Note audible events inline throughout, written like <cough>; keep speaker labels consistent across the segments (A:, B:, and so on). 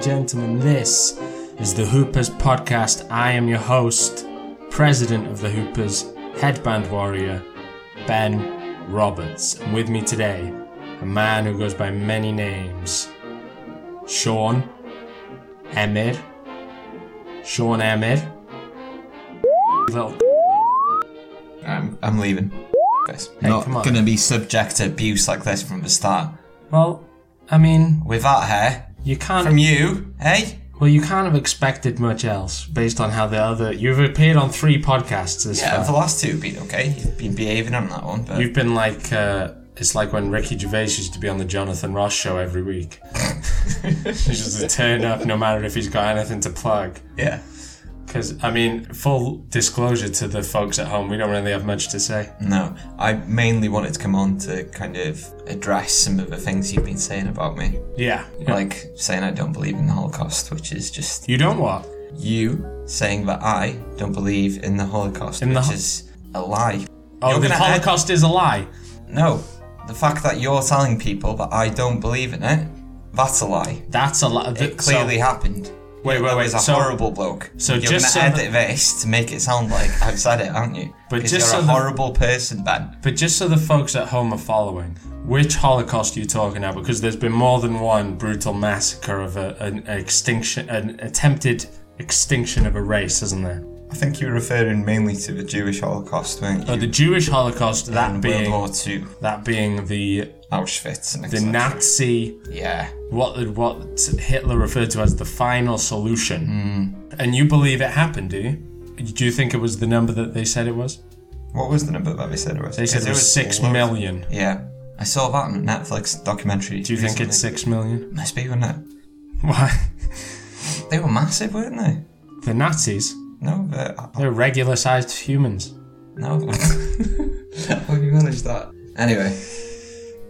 A: gentlemen, this is the Hoopers podcast. I am your host, president of the Hoopers, headband warrior, Ben Roberts. And with me today, a man who goes by many names Sean Emir. Sean Emir. Little
B: I'm, I'm leaving. This.
A: Hey,
B: Not
A: come on.
B: gonna be subject to abuse like this from the start.
A: Well, I mean,
B: With that hair
A: you can't.
B: from you, hey?
A: Well, you can't have expected much else based on how the other. You've appeared on three podcasts this
B: Yeah,
A: far.
B: the last two have been okay. You've been behaving on that one, but
A: You've been like. Uh, it's like when Ricky Gervais used to be on the Jonathan Ross show every week. <laughs> He's just a turn up no matter if he's got anything to plug.
B: yeah,
A: Because, I mean, full disclosure to the folks at home, we don't really have much to say.
B: no. I mainly wanted to come on to kind of address some of the things you've been saying about me,
A: Yeah.
B: like saying I don't believe in the Holocaust, which is just
A: You don't what?
B: you saying that I don't believe in the Holocaust,
A: the
B: which
A: Ho-
B: is a lie.
A: Oh,
B: You're
A: the
B: gonna add-
A: Holocaust is a lie.
B: No, the fact that you're telling people that I don't believe in it, that's a lie.
A: That's a lie.
B: It clearly happened.
A: wait, wait,
B: That
A: wait.
B: was a
A: So,
B: horrible bloke.
A: so
B: you're
A: just so
B: gonna
A: that-
B: edit this to make it sound like I've said it, aren't you?
A: But
B: 'Cause
A: just so
B: you're a
A: that-
B: horrible person, Ben.
A: But just so the folks at home are following, which Holocaust are you talking about? Because there's been more than one brutal massacre of a, an extinction, an attempted extinction of a race, isn't there?
B: I think you were referring mainly to the Jewish Holocaust, weren't you?
A: But the Jewish Holocaust, that
B: and
A: being
B: World War Two,
A: that being the
B: Auschwitz, and
A: the
B: etc.
A: Nazi,
B: yeah,
A: what what Hitler referred to as the final solution. And you believe it happened, do you? Do you think it was the number that they said it was?
B: what was the number that they said it was?
A: They said it was six
B: loads.
A: million.
B: Yeah, I saw that on a Netflix documentary.
A: Do you think it's six million? <laughs>
B: Must be, wouldn't
A: Why?
B: it? They were massive, weren't they?
A: The Nazis?
B: No, but uh,
A: They're regular sized humans. <laughs>
B: no. <laughs> How have you managed that? Anyway,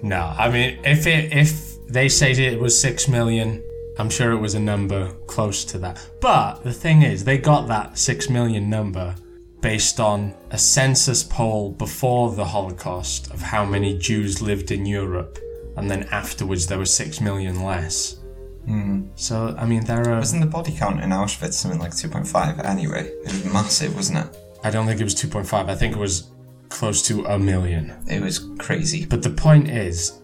A: No, I mean, if it, if they say it was six million, I'm sure it was a number close to that. But the thing is, they got that six million number based on a census poll before the Holocaust of how many Jews lived in Europe, and then afterwards there were six million less. So I mean, there are.
B: wasn't the body count in Auschwitz something like 2.5 anyway? It was massive, wasn't it?
A: I don't think it was 2.5. I think it was close to a million.
B: It was crazy.
A: But the point is,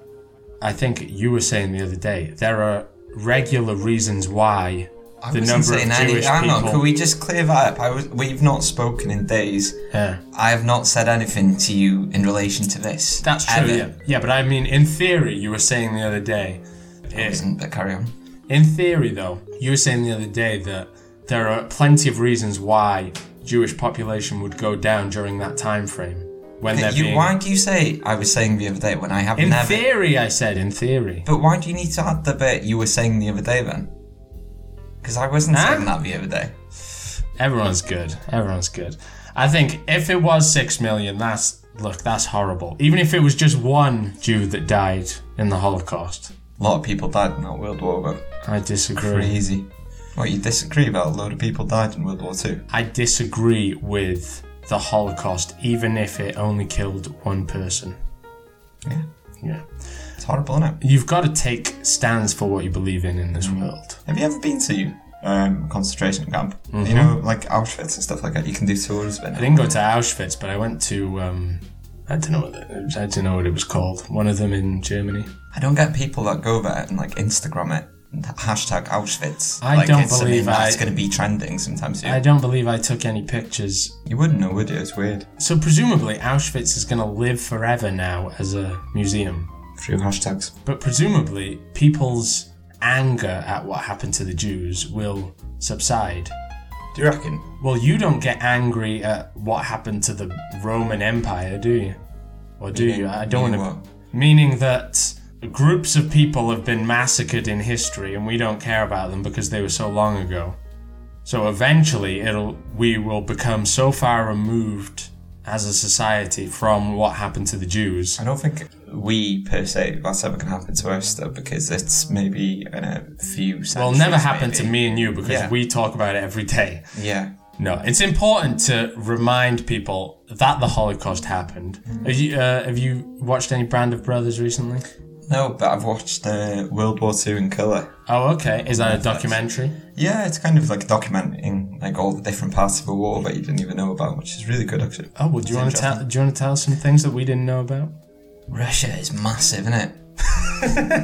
A: I think you were saying the other day, there are regular reasons why
B: I
A: the
B: wasn't
A: number of
B: saying any-
A: Jewish
B: Hang on,
A: people.
B: can we just clear that up? I was, we've not spoken in days.
A: Yeah.
B: I have not said anything to you in relation to this.
A: That's true.
B: ever.
A: Yeah. yeah, but I mean, in theory, you were saying the other day.
B: It
A: It,
B: isn't, but carry on.
A: in theory, though, you were saying the other day that there are plenty of reasons why Jewish population would go down during that time frame when they're
B: You,
A: being.
B: why do you say I was saying the other day when I have
A: in
B: never?
A: theory, I said in theory.
B: but why do you need to add the bit you were saying the other day then? Because I wasn't
A: Huh?
B: saying that the other day.
A: Everyone's good. Everyone's good. I think if it was six million, that's look, that's horrible. Even if it was just one Jew that died in the Holocaust,
B: A lot of people died in that World War One.
A: I disagree.
B: Crazy. What you disagree about? A load of people died in World War Two.
A: I disagree with the Holocaust, even if it only killed one person.
B: Yeah,
A: Yeah,
B: it's horrible, isn't it?
A: you've got to take stands for what you believe in in this world.
B: Have you ever been to um, concentration camp? You know, like Auschwitz and stuff like that. You can do tours, but
A: Mm-hmm. I didn't go to Auschwitz, but I went to um, I don't know what the, I don't know what it was called. One of them in Germany.
B: I don't get people that go there and like Instagram it. and Hashtag Auschwitz.
A: I
B: like,
A: don't
B: it's something
A: believe I-
B: that's going to be trending sometime soon.
A: I don't believe I took any pictures
B: You wouldn't know, would you? It's weird.
A: So presumably Auschwitz is going to live forever now as a museum.
B: Through hashtags.
A: But presumably people's anger at what happened to the Jews will subside.
B: Do you reckon?
A: Well, you don't get angry at what happened to the Roman Empire, do you? Or do you? I don't
B: Meaning
A: want to meaning that groups of people have been massacred in history and we don't care about them because they were so long ago. So eventually it'll we will become so far removed as a society from what happened to the Jews.
B: I don't think we per se that's ever going to happen to us though, because it's maybe in a few.
A: It'll
B: Well,
A: never happen to me and you because
B: Yeah.
A: we talk about it every day.
B: Yeah.
A: No, it's important to remind people that the Holocaust happened. Have you uh, have you watched any Brand of Brothers recently?
B: No, but I've watched uh, World War Two in colour.
A: Oh, okay. Is that a documentary?
B: Yeah, it's kind of like documenting like all the different parts of a war that you didn't even know about, which is really good actually.
A: Oh, well, do you want to tell? Do you want to tell us some things that we didn't know about?
B: Russia is massive, isn't it?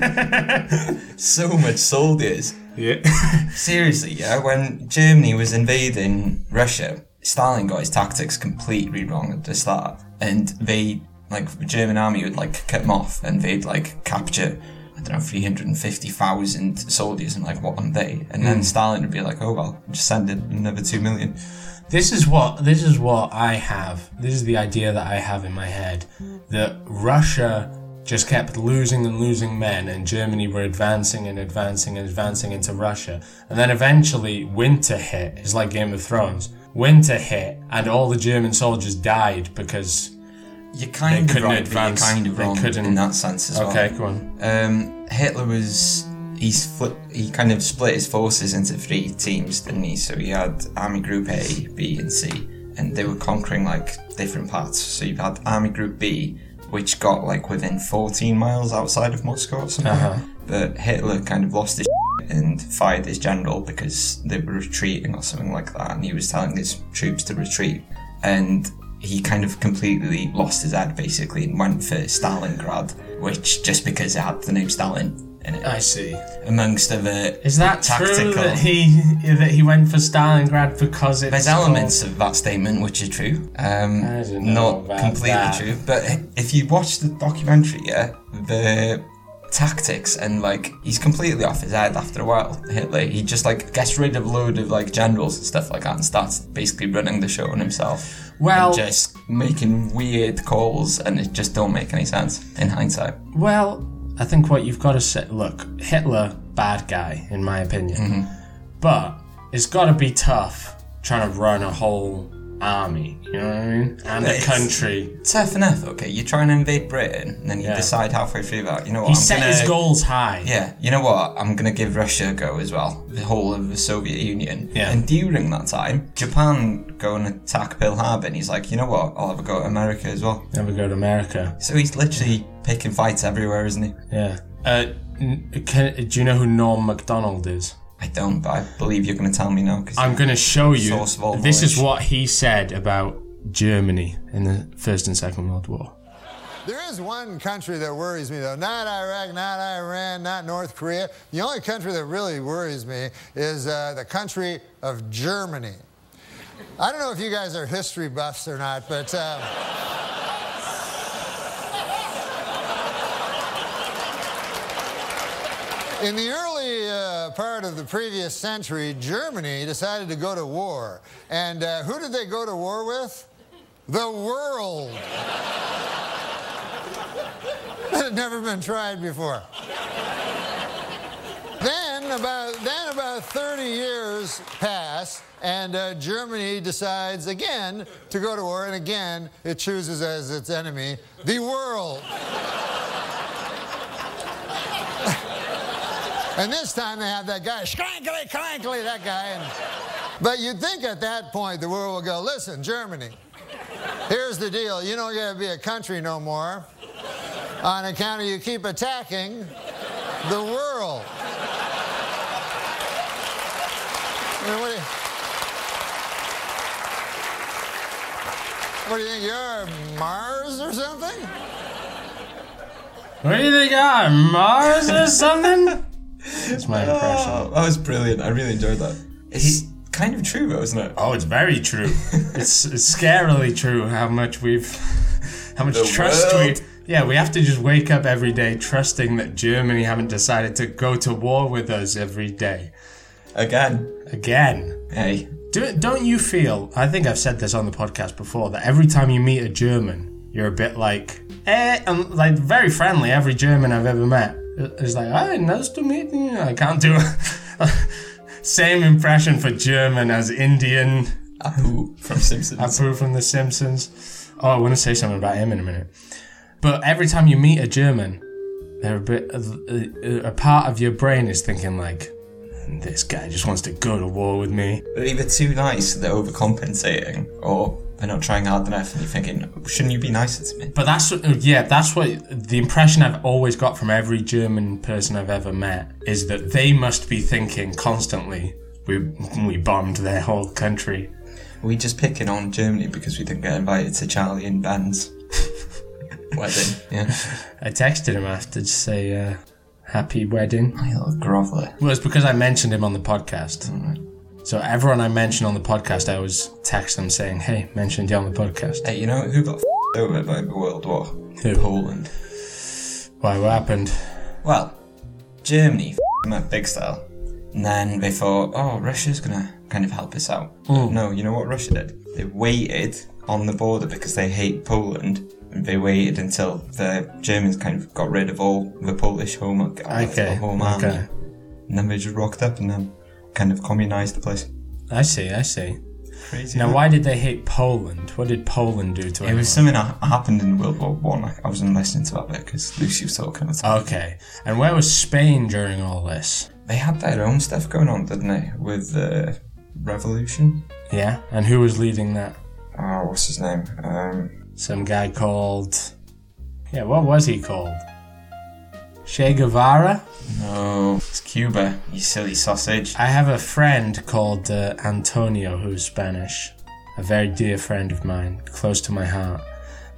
B: <laughs> so much soldiers.
A: Yeah.
B: <laughs> Seriously, yeah, when Germany was invading Russia, Stalin got his tactics completely wrong at the start. And they, like, the German army would, like, cut them off and they'd, like, capture, I don't know, 350,000 soldiers in, like, one day. And then Stalin would be like, oh, well, just send in another 2 million.
A: This is what this is what I have. This is the idea that I have in my head that Russia just kept losing and losing men, and Germany were advancing and advancing and advancing into Russia, and then eventually winter hit. It's like Game of Thrones. Winter hit, and all the German soldiers died because.
B: You're kind of
A: couldn't
B: right,
A: advance.
B: but you're kind of
A: They
B: wrong
A: couldn't-
B: in that sense as well.
A: Okay, go on.
B: Um, Hitler was he's fli he kind of split his forces into three teams, didn't he? So he had Army Group A, B, and C, and they were conquering like different parts. So you had Army Group B, which got like within 14 miles outside of Moscow or something.
A: Uh-huh.
B: But Hitler kind of lost his and fired his general because they were retreating or something like that, and he was telling his troops to retreat. And he kind of completely lost his head basically and went for Stalingrad, which just because it had the name Stalin in it,
A: I see.
B: amongst other
A: Is that true
B: tactical.
A: that he that he went for Stalingrad because it's
B: There's elements of that statement which are true, um,
A: I don't know
B: not
A: about
B: completely
A: that.
B: true. But if you watch the documentary, yeah, the tactics and like he's completely off his head after a while. Hitler, he just like gets rid of load of like generals and stuff like that, and starts basically running the show on himself.
A: Well-
B: and just making weird calls, and it just don't make any sense in hindsight.
A: Well, I think what you've got to say. Look, Hitler, bad guy, in my opinion.
B: Mm-hmm.
A: But it's got to be tough trying to run a whole army. You know what I mean? And a
B: It's-
A: country.
B: Tough enough, okay. You try and invade Britain, and then you
A: Yeah.
B: decide halfway through that, you know what?
A: He
B: I'm
A: set
B: gonna-
A: his goals high.
B: Yeah, you know what? I'm gonna give Russia a go as well. The whole of the Soviet Union.
A: Yeah.
B: And during that time, Japan go and attack Pearl Harbor, and he's like, you know what? I'll have a go at America as well.
A: Never go to America.
B: So he's literally picking fights everywhere, isn't he?
A: Yeah. Uh, n- can, do you know who Norm Macdonald is?
B: I don't, but I believe you're gonna tell me now. Cause
A: I'm going to show you.
B: Source of all
A: this is
B: knowledge.
A: what he said about Germany in the First and Second World War.
C: There is one country that worries me, though. Not Iraq, not Iran, not North Korea. The only country that really worries me is uh, the country of Germany. I don't know if you guys are history buffs or not, but. Uh, In the early uh, part of the previous century, Germany decided to go to war. And uh, who did they go to war with? The world. <laughs> That had never been tried before. then, about, then about 30 years pass, and uh, Germany decides again to go to war, and again it chooses as its enemy the world. and this time they have that guy, Schrankly, Crankly, that guy. And, but you'd think at that point the world will go, listen, Germany, here's the deal. You don't get to be a country no more on account of you keep attacking the world. I mean, what, do you, what do you think? You're Mars or something?
A: What do you think I'm Mars or something?
B: <laughs>
A: That's my impression.
B: oh, that was brilliant. I really enjoyed that. It's kind of true, though, isn't it?
A: Oh, it's very true. it's, it's scarily true how much we've, how much
B: The
A: trust
B: world.
A: we. Yeah, we have to just wake up every day trusting that Germany haven't decided to go to war with us every day
B: Again,
A: again.
B: hey,
A: Do, don't you feel? I think I've said this on the podcast before that every time you meet a German, you're a bit like, eh, and like very friendly. Every German I've ever met is like, hi, nice to meet you. I can't do. <laughs> Same impression for German as Indian.
B: Apu from Simpsons.
A: Apu from The Simpsons. Oh, I want to say something about him in a minute. But every time you meet a German, they're a bit. uh, A, a part of your brain is thinking like, this guy just wants to go to war with me.
B: They're either too nice, they're overcompensating, or by not trying hard enough, and you're thinking, shouldn't you be nicer to me?
A: But that's uh, yeah, that's what the impression I've always got from every German person I've ever met is that they must be thinking constantly. We we bombed their whole country.
B: Are we just picking on Germany because we didn't get invited to Charlie and Ben's wedding? Yeah,
A: I texted him after to say uh, happy wedding.
B: my little groveler.
A: Well, it's because I mentioned him on the podcast. So everyone I mentioned on the podcast, I always text them saying, "Hey, mentioned you on the podcast."
B: Hey, you know who got f- over by the World War?
A: Who?
B: Poland.
A: Why? What happened?
B: Well, Germany f- them up big style. And then they thought, oh, Russia's gonna kind of help us out.
A: Hmm.
B: But No, you know what Russia did? They waited on the border because they hate Poland. And they waited until the Germans kind of got rid of all the Polish home, uh,
A: Okay,
B: home
A: okay.
B: army. And then they just rocked up and then kind of communised the place.
A: I see. I see.
B: Crazy.
A: Now,
B: isn't it?
A: why did they hate Poland? What did Poland do to
B: It
A: everyone?
B: was something that happened in World War One. I, I wasn't listening to that bit because Lucy was talking about it.
A: Okay. And where was Spain during all this?
B: They had their own stuff going on, didn't they? With the revolution.
A: Yeah. And who was leading that?
B: Oh, what's his name? Um,
A: Some guy called. Yeah, what was he called? Che Guevara?
B: no, Oh, it's Cuba. You silly sausage.
A: I have a friend called uh, Antonio who's Spanish. A very dear friend of mine, close to my heart.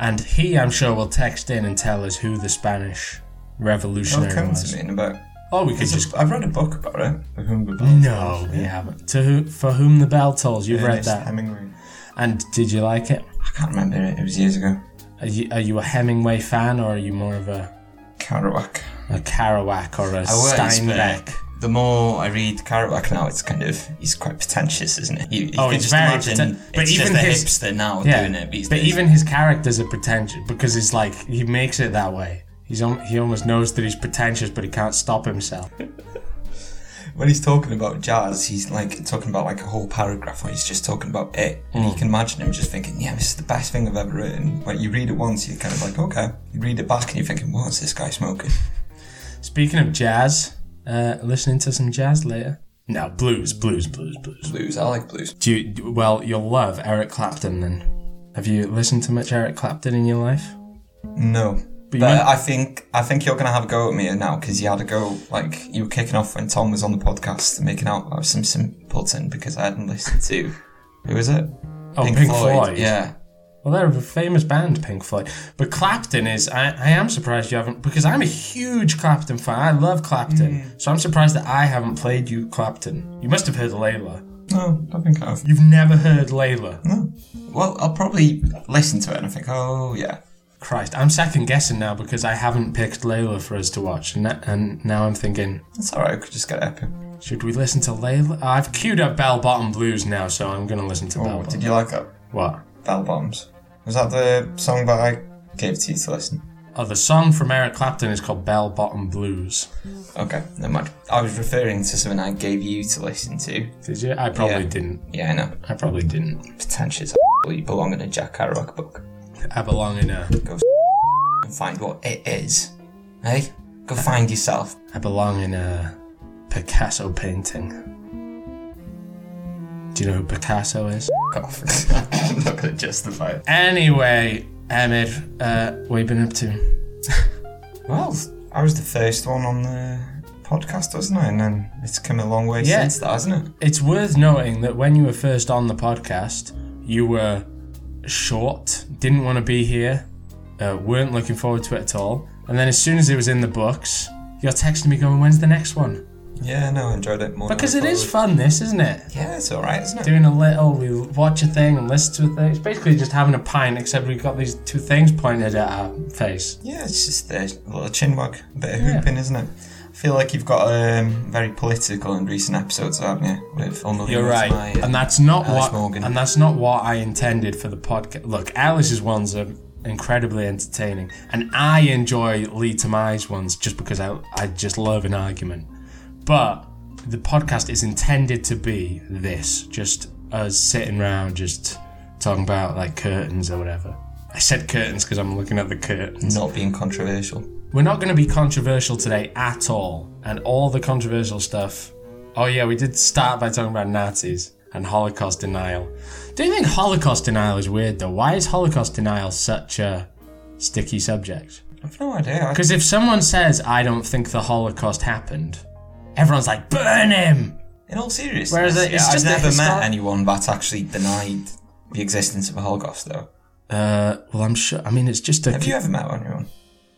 A: And he, I'm sure, will text in and tell us who the Spanish
B: It'll
A: revolutionary
B: come
A: was.
B: to me in about.
A: Oh, we could
B: It's
A: just.
B: just, I've read a book about it. The Hunger Bell.
A: No, we haven't. To who, for whom the bell tolls. You've read
B: Ernest
A: that.
B: Hemingway.
A: And did you like it?
B: I can't remember it. It was years ago.
A: Are you, are you a Hemingway fan or are you more of a,
B: Kerouac.
A: a Kerouac or a
B: was, but
A: Steinbeck?
B: The more I read Kerouac now, it's kind of he's quite pretentious, isn't it? You, you
A: Oh,
B: can
A: it's
B: just
A: very
B: imagine
A: pretent- but
B: it's
A: even
B: just a
A: his-
B: hipster now doing it these
A: but
B: days.
A: even his characters are pretentious because it's like he makes it that way. He's al- he almost knows that he's pretentious, but he can't stop himself.
B: when he's talking about jazz, he's like talking about like a whole paragraph where he's just talking about it, and you can imagine him just thinking, "Yeah, this is the best thing I've ever written." Like you read it once, you're kind of like, "Okay." You read it back, and you're thinking, "What's this guy smoking?"
A: Speaking of jazz, uh, listening to some jazz later. No blues, blues, blues, blues.
B: Blues. I like blues.
A: Do you, do- well, you'll love Eric Clapton. Then, have you listened to much Eric Clapton in your life?
B: No. But,
A: you might-
B: I think I think you're gonna have a go at me now because you had a go like you were kicking off when Tom was on the podcast and making out about some simpleton because I hadn't listened to who was it?
A: Oh, Pink Floyd.
B: Yeah,
A: Well, they're a famous band, Pink Floyd. But Clapton is, I, I am surprised you haven't, because I'm a huge Clapton fan. I love Clapton.
B: Mm.
A: So I'm surprised that I haven't played you Clapton. You must have heard Layla.
B: no, I think I've
A: You've never heard Layla.
B: no. Well, I'll probably listen to it and I think, oh yeah,
A: Christ, I'm second guessing now because I haven't picked Layla for us to watch. And, that- and now I'm thinking,
B: that's alright. I could just get it up. here.
A: should we listen to Layla? I've queued up Bell Bottom Blues now, so I'm going to listen to Bell
B: Oh,
A: Bottom.
B: did you like that?
A: What?
B: Bell bombs. Was that the song that I gave to you to listen?
A: Oh, the song from Eric Clapton is called Bell Bottom Blues.
B: Okay, never mind. I was referring to something I gave you to listen to.
A: Did you? I probably
B: Yeah.
A: didn't.
B: Yeah, I know.
A: I probably didn't.
B: Pretentious. You belong in a Jack Kerouac book.
A: I belong in a.
B: and find what it is. Hey, go find yourself.
A: I belong in a Picasso painting. Do you know who Picasso is?
B: Off. <laughs> I'm not gonna justify it.
A: Anyway, Emir, uh, what you been up to?
B: Well, I was the first one on the podcast, wasn't I? And then it's come a long way
A: Yeah.
B: since that, hasn't it?
A: It's worth noting that when you were first on the podcast, you were short, didn't want to be here, uh, weren't looking forward to it at all. And then as soon as it was in the books, you're texting me going, when's the next one?
B: Yeah, no, I enjoyed it more. than
A: Because
B: I
A: it
B: thought I
A: is
B: would.
A: fun, this, isn't it?
B: Yeah, it's alright, isn't it?
A: doing a little, we watch a thing and listen to a thing. It's basically just having a pint, except we've got these two things pointed at our face.
B: Yeah, it's just a little chinwag, a bit of hooping, isn't it? I feel like you've got um, very political in recent episodes, haven't you? With Unbelievable Tonight
A: and that's not
B: uh, Alice
A: what
B: Morgan.
A: and that's not what I intended for the podcast. Look, Alice's ones are incredibly entertaining, and I enjoy Lee Tamai's ones just because I I just love an argument. But the podcast is intended to be this, just us sitting around, just talking about like curtains or whatever. I said curtains because I'm looking at the curtains.
B: not being controversial.
A: We're not going to be controversial today at all. And all the controversial stuff. Oh, yeah, we did start by talking about Nazis. and Holocaust denial. Do you think Holocaust denial is weird though? Why is Holocaust denial such a sticky subject?
B: I've no idea. I-
A: Because if someone says, I don't think the Holocaust happened, everyone's like, burn him!
B: In all seriousness,
A: Whereas it- it's
B: yeah,
A: just a
B: I've never
A: histor-
B: met anyone that's actually denied the existence of a Holocaust, though.
A: Uh, well, I'm sure. I mean, it's just a.
B: Have you ever met anyone?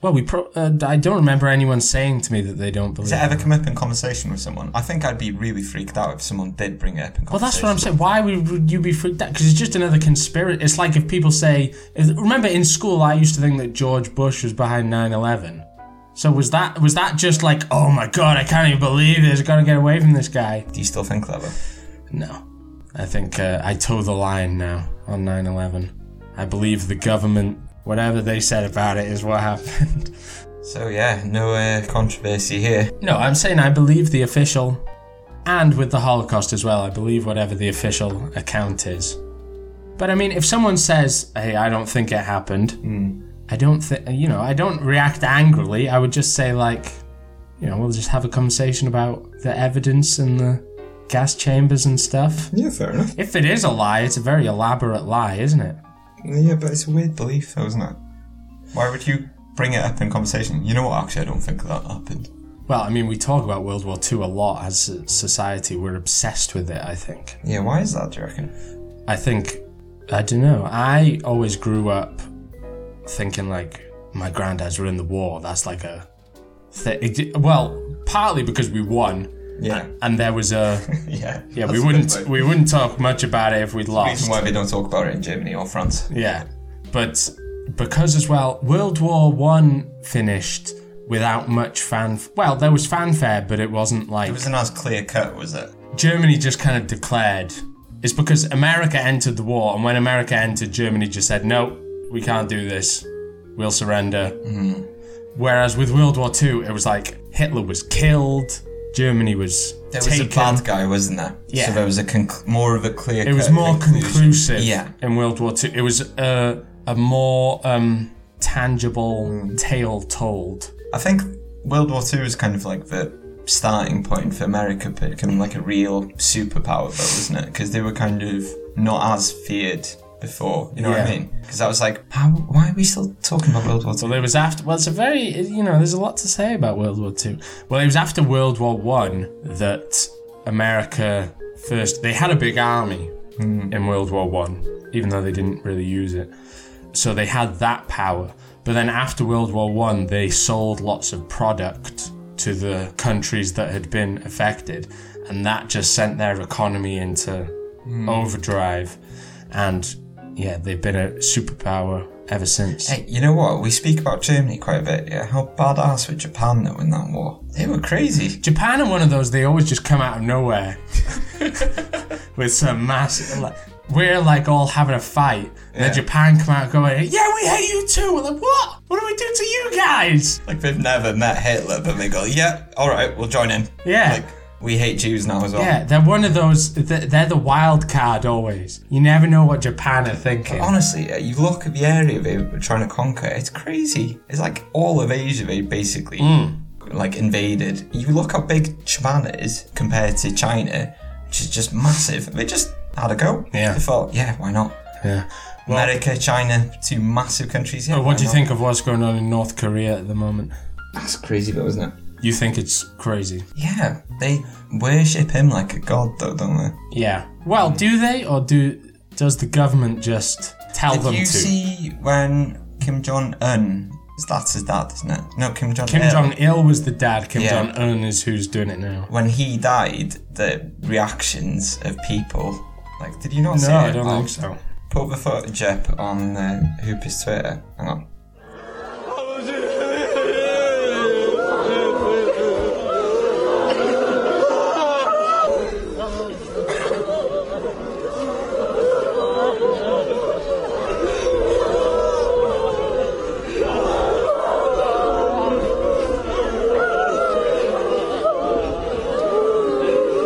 A: well, we pro- uh, I don't remember anyone saying to me that they don't believe.
B: Does it ever
A: it.
B: come up in conversation with someone? I think I'd be really freaked out if someone did bring it up in conversation.
A: Well, that's what I'm saying. Why would would you be freaked out? Because it's just another conspiracy. It's like if people say, if, remember in school, I used to think that George Bush was behind 9/11. So was that was that just like, oh my god, I can't even believe this. Got to get away from this guy.
B: Do you still think that? though?
A: No, I think uh, I toe the line now on 9/11. I believe the government, whatever they said about it, is what happened.
B: So yeah, no uh, controversy here.
A: No, I'm saying I believe the official, and with the Holocaust as well, I believe whatever the official account is. But I mean, if someone says, "Hey, I don't think it happened," I don't think you know. I don't react angrily. I would just say like, you know, we'll just have a conversation about the evidence and the gas chambers and stuff.
B: Yeah, fair enough.
A: If it is a lie, it's a very elaborate lie, isn't it?
B: Yeah, but it's a weird belief, though, isn't it? Why would you bring it up in conversation? You know what? Actually, I don't think that happened.
A: Well, I mean, we talk about World War II a lot as a society. We're obsessed with it, I think.
B: Yeah, why is that? Do you reckon?
A: I think, I don't know, I always grew up thinking like my granddads were in the war. That's like a. Th- it di- well, partly because we won,
B: <laughs> Yeah,
A: and there was a.
B: yeah,
A: Yeah, we wouldn't we wouldn't talk much about it if we'd lost.
B: Reason why we don't talk about it in Germany or France.
A: Yeah, but because as well, World War One finished without much fan. Well, there was fanfare, but it wasn't like
B: It wasn't as clear cut, was it?
A: Germany just kind of declared. It's because America entered the war, and when America entered, Germany just said, no, we can't do this. We'll surrender.
B: Mm-hmm.
A: Whereas with World War II, it was like Hitler was killed, Germany was
B: There was
A: taken.
B: a bad guy, wasn't there?
A: Yeah.
B: So there was a conc- more of a clear.
A: it was more conclusive
B: Yeah.
A: in World War II. It was a, a more um, tangible
B: Mm.
A: tale told.
B: I think World War Two was kind of like the starting point for America becoming like a real superpower, though, wasn't it? Because they were kind of not as feared before. You know what I
A: Yeah.
B: mean? Because I was like, How, why are we still talking about World War Two?
A: Well, it was after. Well, it's a very you know. There's a lot to say about World War Two. Well, it was after World War One that America first. They had a big army in World War One, even though they didn't really use it. So they had that power. But then after World War One, they sold lots of product to the countries that had been affected, and that just sent their economy into overdrive. And yeah, they've been a superpower ever since.
B: Hey, you know what? We speak about Germany quite a bit. Yeah, how badass were Japan though in that war? They were crazy.
A: Japan are one of those they always just come out of nowhere with some massive. Like, we're like all having a fight, and then Japan come out going, "Yeah, we hate you too." We're like, "What? What do we do to you guys?"
B: Like they've never met Hitler, but they go, "Yeah, all right, we'll join in."
A: Yeah.
B: Like we hate Jews now as well.
A: Yeah, they're one of those. th- They're the wild card always. You never know what Japan are thinking.
B: Honestly, uh, you look at the area they were trying to conquer, it's crazy. It's like all of Asia they basically
A: Hmm.
B: like invaded. You look how big Japan is compared to China, which is just massive. They just had a go.
A: Yeah.
B: They thought, yeah, why not?
A: Yeah.
B: America, China, two massive countries. Yeah,
A: But Oh, what
B: why
A: do you
B: not?
A: think of what's going on in North Korea at the moment?
B: That's crazy though, isn't it?
A: You think it's crazy?
B: Yeah. They worship him like a god though, don't they?
A: Yeah. Well, do they, or do does the government just tell
B: Did
A: them
B: you
A: to?
B: see when Kim Jong un that's his dad, isn't it? No, Kim Jong
A: Kim Jong Il was the dad. Kim
B: Yeah.
A: Jong Un is who's doing it now.
B: when he died, the reactions of people. Like, did you not see
A: No, I
B: it?
A: don't
B: I'll
A: think so.
B: Put the footage up on uh, Hooper's Twitter. Hang on.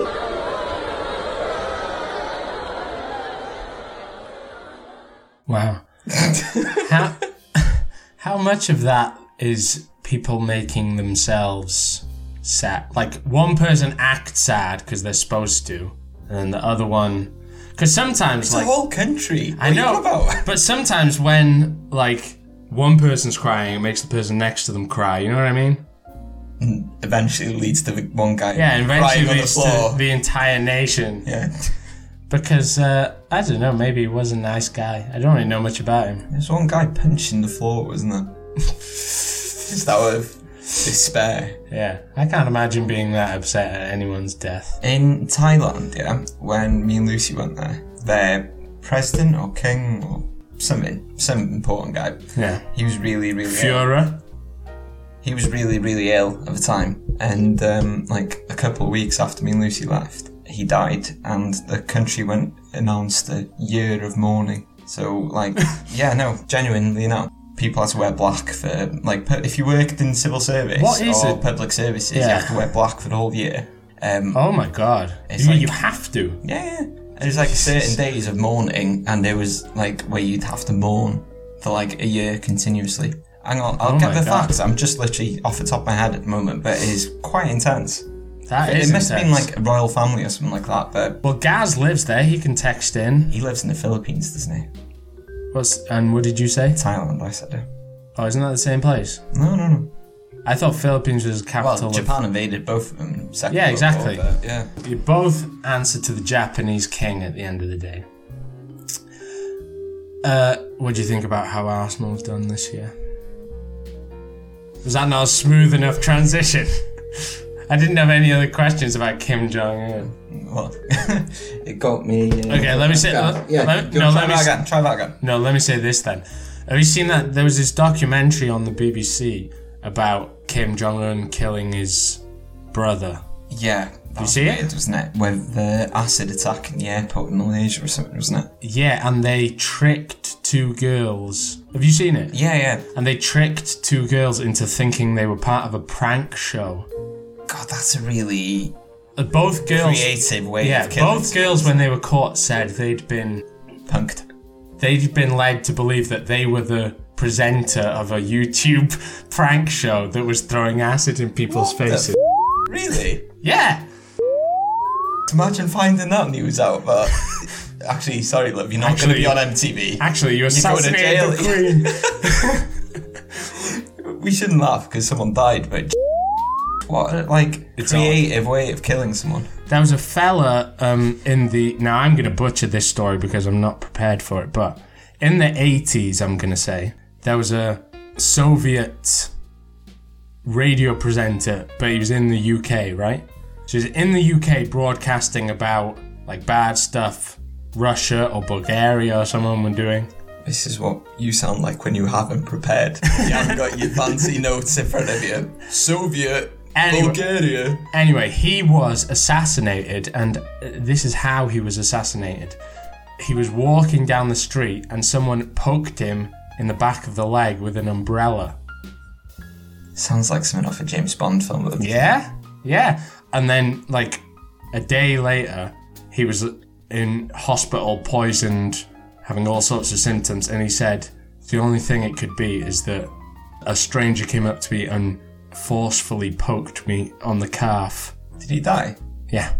B: <laughs>
A: Wow. how, <laughs> how much of that is people making themselves sad? Like, one person acts sad because they're supposed to, and and then the other one. Because sometimes,
B: It's
A: like,
B: a whole country. What
A: I
B: Are you
A: know,
B: on about? <laughs>
A: but sometimes when like one person's crying, it makes the person next to them cry. You know what I mean?
B: Eventually leads to the one guy
A: Yeah, and
B: crying
A: eventually
B: on the
A: leads to
B: floor.
A: the entire nation.
B: <laughs> yeah.
A: Because uh, I don't know, maybe he was a nice guy. I don't really know much about him.
B: There's one guy punching the floor, wasn't there? <laughs> Just out of despair.
A: Yeah, I can't imagine being that upset at anyone's death.
B: In Thailand, yeah, when me and Lucy went there, their president or king or something, some important guy,
A: Yeah,
B: he was really, really ill.
A: Fiora.
B: He was really, really ill at the time. And um, like a couple of weeks after me and Lucy left, he died, and the country went announced a year of mourning.
A: <laughs>
B: So like, yeah, no, genuinely, you know, people had to wear black for like pu- if you worked in civil service
A: What is
B: or
A: it?
B: public services, you
A: Yeah.
B: have to wear black for the whole year. Um,
A: Oh my god!
B: It's
A: You,
B: like-
A: you have to.
B: yeah, yeah. There's like certain days of mourning, and there was like where you'd have to mourn for like a year continuously. Hang on, I'll
A: Oh
B: get
A: my
B: the
A: God.
B: facts. I'm just literally off the top of my head at the moment, but it is quite intense.
A: That is.
B: it must have been
A: intense.
B: like a royal family or something like that, but
A: Well, Gaz lives there. He can text in.
B: he lives in the Philippines, doesn't he?
A: What's and what did you say?
B: Thailand, I said.
A: Oh, isn't that the same place?
B: No, no, no.
A: I thought Philippines was the
B: Well,
A: capital. of-
B: Japan invaded both of them. Second
A: Yeah,
B: World War,
A: exactly.
B: but yeah.
A: You both answer to the Japanese king at the end of the day. Uh, what do you think about how Arsenal's done this year? Was that not a smooth enough transition? <laughs> I didn't have any other questions about Kim Jong Un.
B: Well, <laughs> it got me. Uh,
A: Okay, let me say.
B: Yeah. yeah.
A: let-
B: Go,
A: no,
B: try
A: let me
B: that
A: s-
B: again. Try that again.
A: No, let me say this then. Have you seen that? There was this documentary on the BBC about Kim Jong Un killing his brother.
B: Yeah. That was
A: see it?
B: weird, Wasn't it? With the acid attack in the airport in Malaysia or something, wasn't it?
A: Yeah, and they tricked two girls. Have you seen it?
B: Yeah, yeah.
A: And they tricked two girls into thinking they were part of a prank show.
B: God, that's a really
A: Uh, Both girls.
B: creative way
A: yeah,
B: of killing
A: both girls when they were caught said they'd been
B: punked.
A: they'd been led to believe that they were the presenter of a YouTube <laughs> prank show that was throwing acid in people's
B: What the
A: faces.
B: Really?
A: yeah.
B: Imagine finding that news out, but <laughs> actually, sorry, love, you're not going to
A: Actually-
B: be on MTV.
A: Actually, you
B: go to
A: assassinated the
B: jail.
A: queen.
B: We shouldn't laugh because someone died, but <laughs> what a, like
A: It's
B: creative way of killing someone?
A: There was a fella um, in the. Now, I'm going to butcher this story because I'm not prepared for it, but in the 80s, I'm going to say, there was a Soviet radio presenter, but he was in the UK, right? So he's in the UK broadcasting about like bad stuff Russia or Bulgaria or someone were doing.
B: This is what you sound like when you haven't prepared. you haven't
A: <laughs>
B: got your fancy notes in front of you. Soviet,
A: Anyway.
B: Bulgaria.
A: Anyway, he was assassinated, and uh, this is how he was assassinated. He was walking down the street, and someone poked him in the back of the leg with an umbrella.
B: Sounds like something off a James Bond film. doesn't it?
A: Yeah, yeah. And then, like, a day later, he was in hospital, poisoned, having all sorts of symptoms, and he said the only thing it could be is that a stranger came up to me and forcefully poked me on the calf.
B: Did he die?
A: Yeah,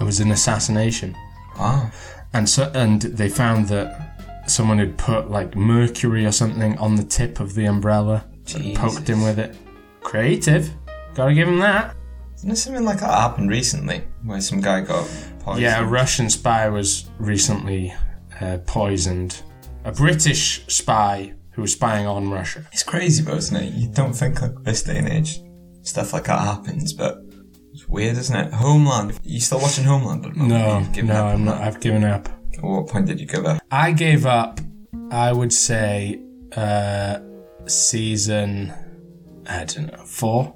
A: it was an assassination.
B: Wow.
A: and so and they found that someone had put like mercury or something on the tip of the umbrella and poked him with it creative gotta give him that
B: Didn't something like that happen recently where some guy got poisoned?
A: yeah a russian spy was recently uh, poisoned a british spy who was spying on russia
B: It's crazy, though, isn't it? You don't think like this day and age stuff like that happens, but it's weird, isn't it? Homeland. You still watching Homeland at the moment?
A: no
B: You've given
A: no
B: up on
A: i'm not
B: that.
A: i've given up
B: At what point did you give up?
A: i gave up i would say uh season i don't know four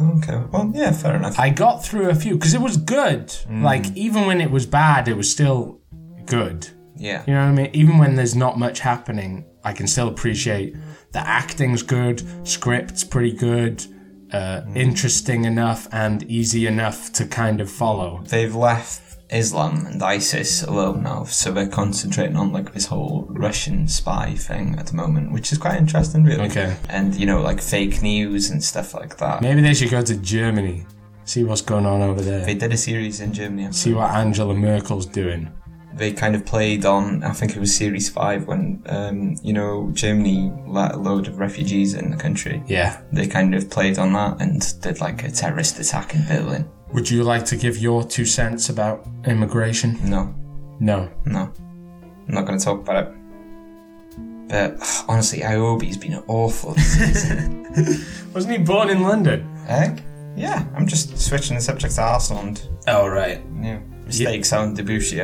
B: Okay. Well, yeah, fair enough.
A: I got through a few because it was good. Like even when it was bad, it was still good.
B: yeah.
A: You know what I mean? Even when there's not much happening, I can still appreciate the acting's good, script's pretty good, uh, interesting enough and easy enough to kind of follow.
B: They've left Islam and ISIS alone now, so they're concentrating on like this whole Russian spy thing at the moment, which is quite interesting, really.
A: Okay.
B: And you know, like fake news and stuff like that.
A: Maybe they should go to Germany. See what's going on over
B: They
A: there.
B: did a series in Germany. I'm
A: See what Angela Merkel's doing.
B: they kind of played on I think it was series five when um, you know Germany let a load of refugees in the country.
A: Yeah.
B: They kind of played on that and did like a terrorist attack in Berlin.
A: Would you like to give your two cents about immigration?
B: No,
A: No.
B: no, I'm not going to talk about it. But honestly, Iobi's been awful this season.
A: Wasn't he born in London?
B: Eh? yeah, I'm just switching the subject to Arsenal and
A: Oh, right.
B: you know, mistakes on Debussy.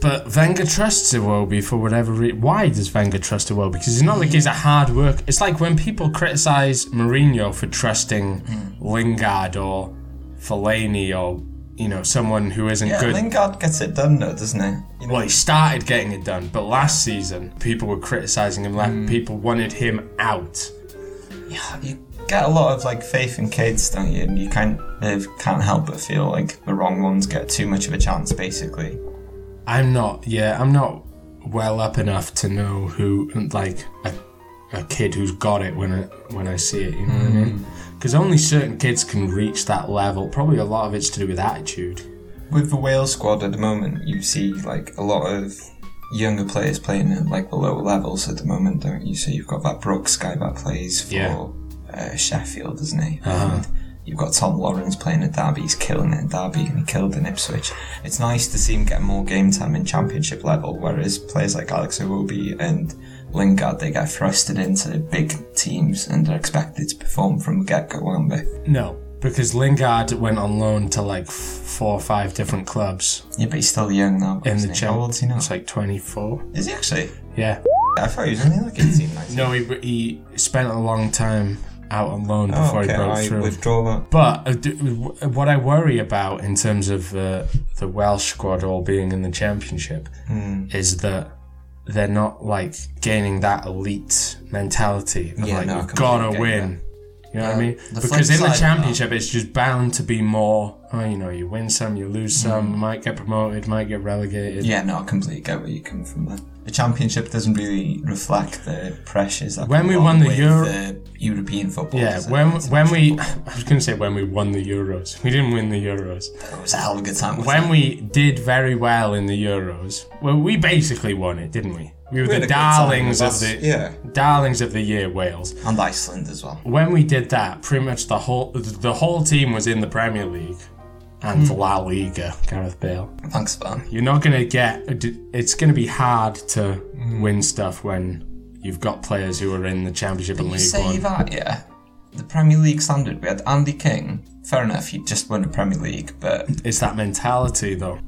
A: But Wenger trusts Iwobi for whatever reason. Why does Wenger trust Iwobi? Because it's not like he's a hard worker. It's like when people criticise Mourinho for trusting
B: Hmm.
A: Lingard or Fellaini or, you know, someone who isn't
B: Yeah,
A: good.
B: Lingard gets it done though, doesn't he? You know,
A: well, he started getting it done, but last season people were criticising him.
B: Hmm.
A: Like people wanted him out.
B: you get a lot of like faith in kids, don't you? And you kind of can't help but feel like the wrong ones get too much of a chance, basically.
A: I'm not. Yeah, I'm not well up enough to know who like a, a kid who's got it when I when I see it. You know what I mean?
B: Mm.
A: Because only certain kids can reach that level. Probably a lot of it's to do with attitude.
B: With the Wales squad at the moment, you see like a lot of younger players playing at like the lower levels at the moment, don't you? So you've got that Brooks guy that plays for
A: Yeah. Uh-huh.
B: uh, Sheffield, isn't he? And You've got Tom Lawrence playing at Derby, he's killing it at Derby and he killed in Ipswich. It's nice to see him get more game time in championship level, whereas players like Alex Iwobi and Lingard, they get thrusted into big teams and are expected to perform from the get-go, aren't they?
A: No, because Lingard went on loan to like f- four or five different clubs
B: Yeah, but he's still young now.
A: in the
B: isn't he? How old's he now?
A: It's like 24.
B: Is he actually?
A: Yeah.
B: I thought he was only like
A: <laughs>
B: 18, 19.
A: No, he he spent a long time out on loan
B: Oh,
A: before
B: okay,
A: he broke
B: I
A: through.
B: withdraw that.
A: But uh, d- w- what I worry about in terms of uh, the Welsh squad all being in the championship
B: Hmm.
A: is that they're not like gaining that elite mentality of
B: Yeah,
A: like
B: no, I
A: we've
B: completely
A: got to
B: get
A: win. You know what I mean?
B: the flip
A: because in the
B: side of
A: championship, it's just bound to be more. Oh, you know, you win some, you lose some, might get promoted, might get relegated.
B: Hmm. Yeah, no, I completely get where you come from there. The championship doesn't really reflect the pressures that
A: When
B: come
A: we
B: along
A: won the
B: with
A: Euro-
B: the European football.
A: Yeah,
B: does it?
A: when
B: It's
A: when we,
B: football.
A: <laughs> I was gonna say when we won the Euros, we didn't win the Euros.
B: It was a hell of a good time. wasn't
A: when
B: it?
A: we did very well in the Euros, well, we basically won it, didn't we? We were
B: We had
A: the
B: a good time,
A: darlings of the
B: that's- yeah,
A: darlings of the year, Wales.
B: and Iceland as well.
A: When we did that, pretty much the whole the whole team was in the Premier League and
B: Hmm.
A: La Liga. Gareth Bale,
B: Thanks, man.
A: you're not gonna get. It's gonna be hard to win stuff when you've got players who are in the Championship and
B: You
A: League
B: say
A: One.
B: that, yeah. The Premier League standard. We had Andy King. Fair enough, he just won the Premier League, but
A: It's that mentality though.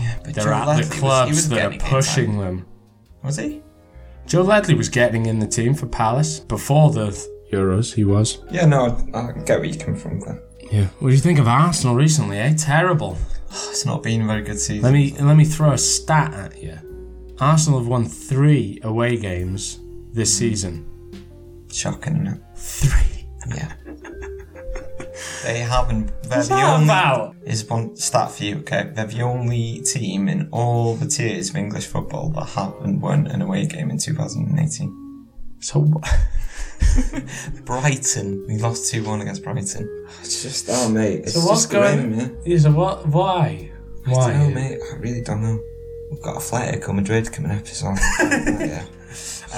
B: yeah, but
A: They're
B: Joe
A: at
B: Ledley was-
A: the
B: he
A: clubs
B: was
A: that
B: getting
A: are
B: game time.
A: pushing them.
B: Was he?
A: Joe Ledley was getting in the team for Palace before the Euros. He was.
B: Yeah, no, I, I get where you come from there.
A: Yeah. What do you think of Arsenal recently, eh? Terrible.
B: It's not been a very good season.
A: Let me let me throw a stat at you. Arsenal have won three away games this season.
B: Shocking, isn't it?
A: Three.
B: <laughs> Yeah. they haven't. They're the
A: that
B: only.
A: about?
B: Is one stat for you, okay? They're the only team in all the tiers of English football that haven't won an away game in 2018.
A: So wh-
B: Brighton. We lost 2 1 against Brighton. It's just, oh, mate. It's
A: so what's going? Yeah, so what? Why? Why?
B: I don't know, Oh, mate. I really don't know. We've got Atletico Madrid coming up <laughs> as well. yeah.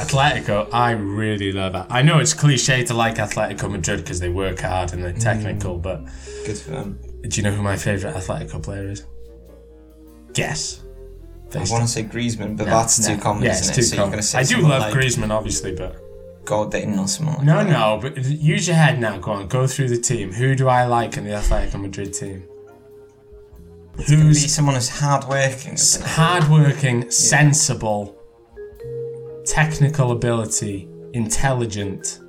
A: Atletico. I really love that. I know it's cliche to like Atletico Madrid because they work hard and they're technical, but
B: Good for them.
A: do you know who my favourite Atletico player is? Guess.
B: I want to say Griezmann, but
A: No,
B: that's
A: no.
B: too common,
A: Yeah,
B: isn't
A: it's
B: it?
A: too
B: so you're
A: common.
B: going to say
A: I do
B: someone
A: love
B: like
A: Griezmann, obviously, but
B: Godin or someone like
A: No, no, but use your head now. Go on, go through the team. Who do I like in the Athletic Madrid team?
B: Be
A: Who's
B: someone who's hardworking, isn't it?
A: hardworking, sensible, technical ability, intelligent?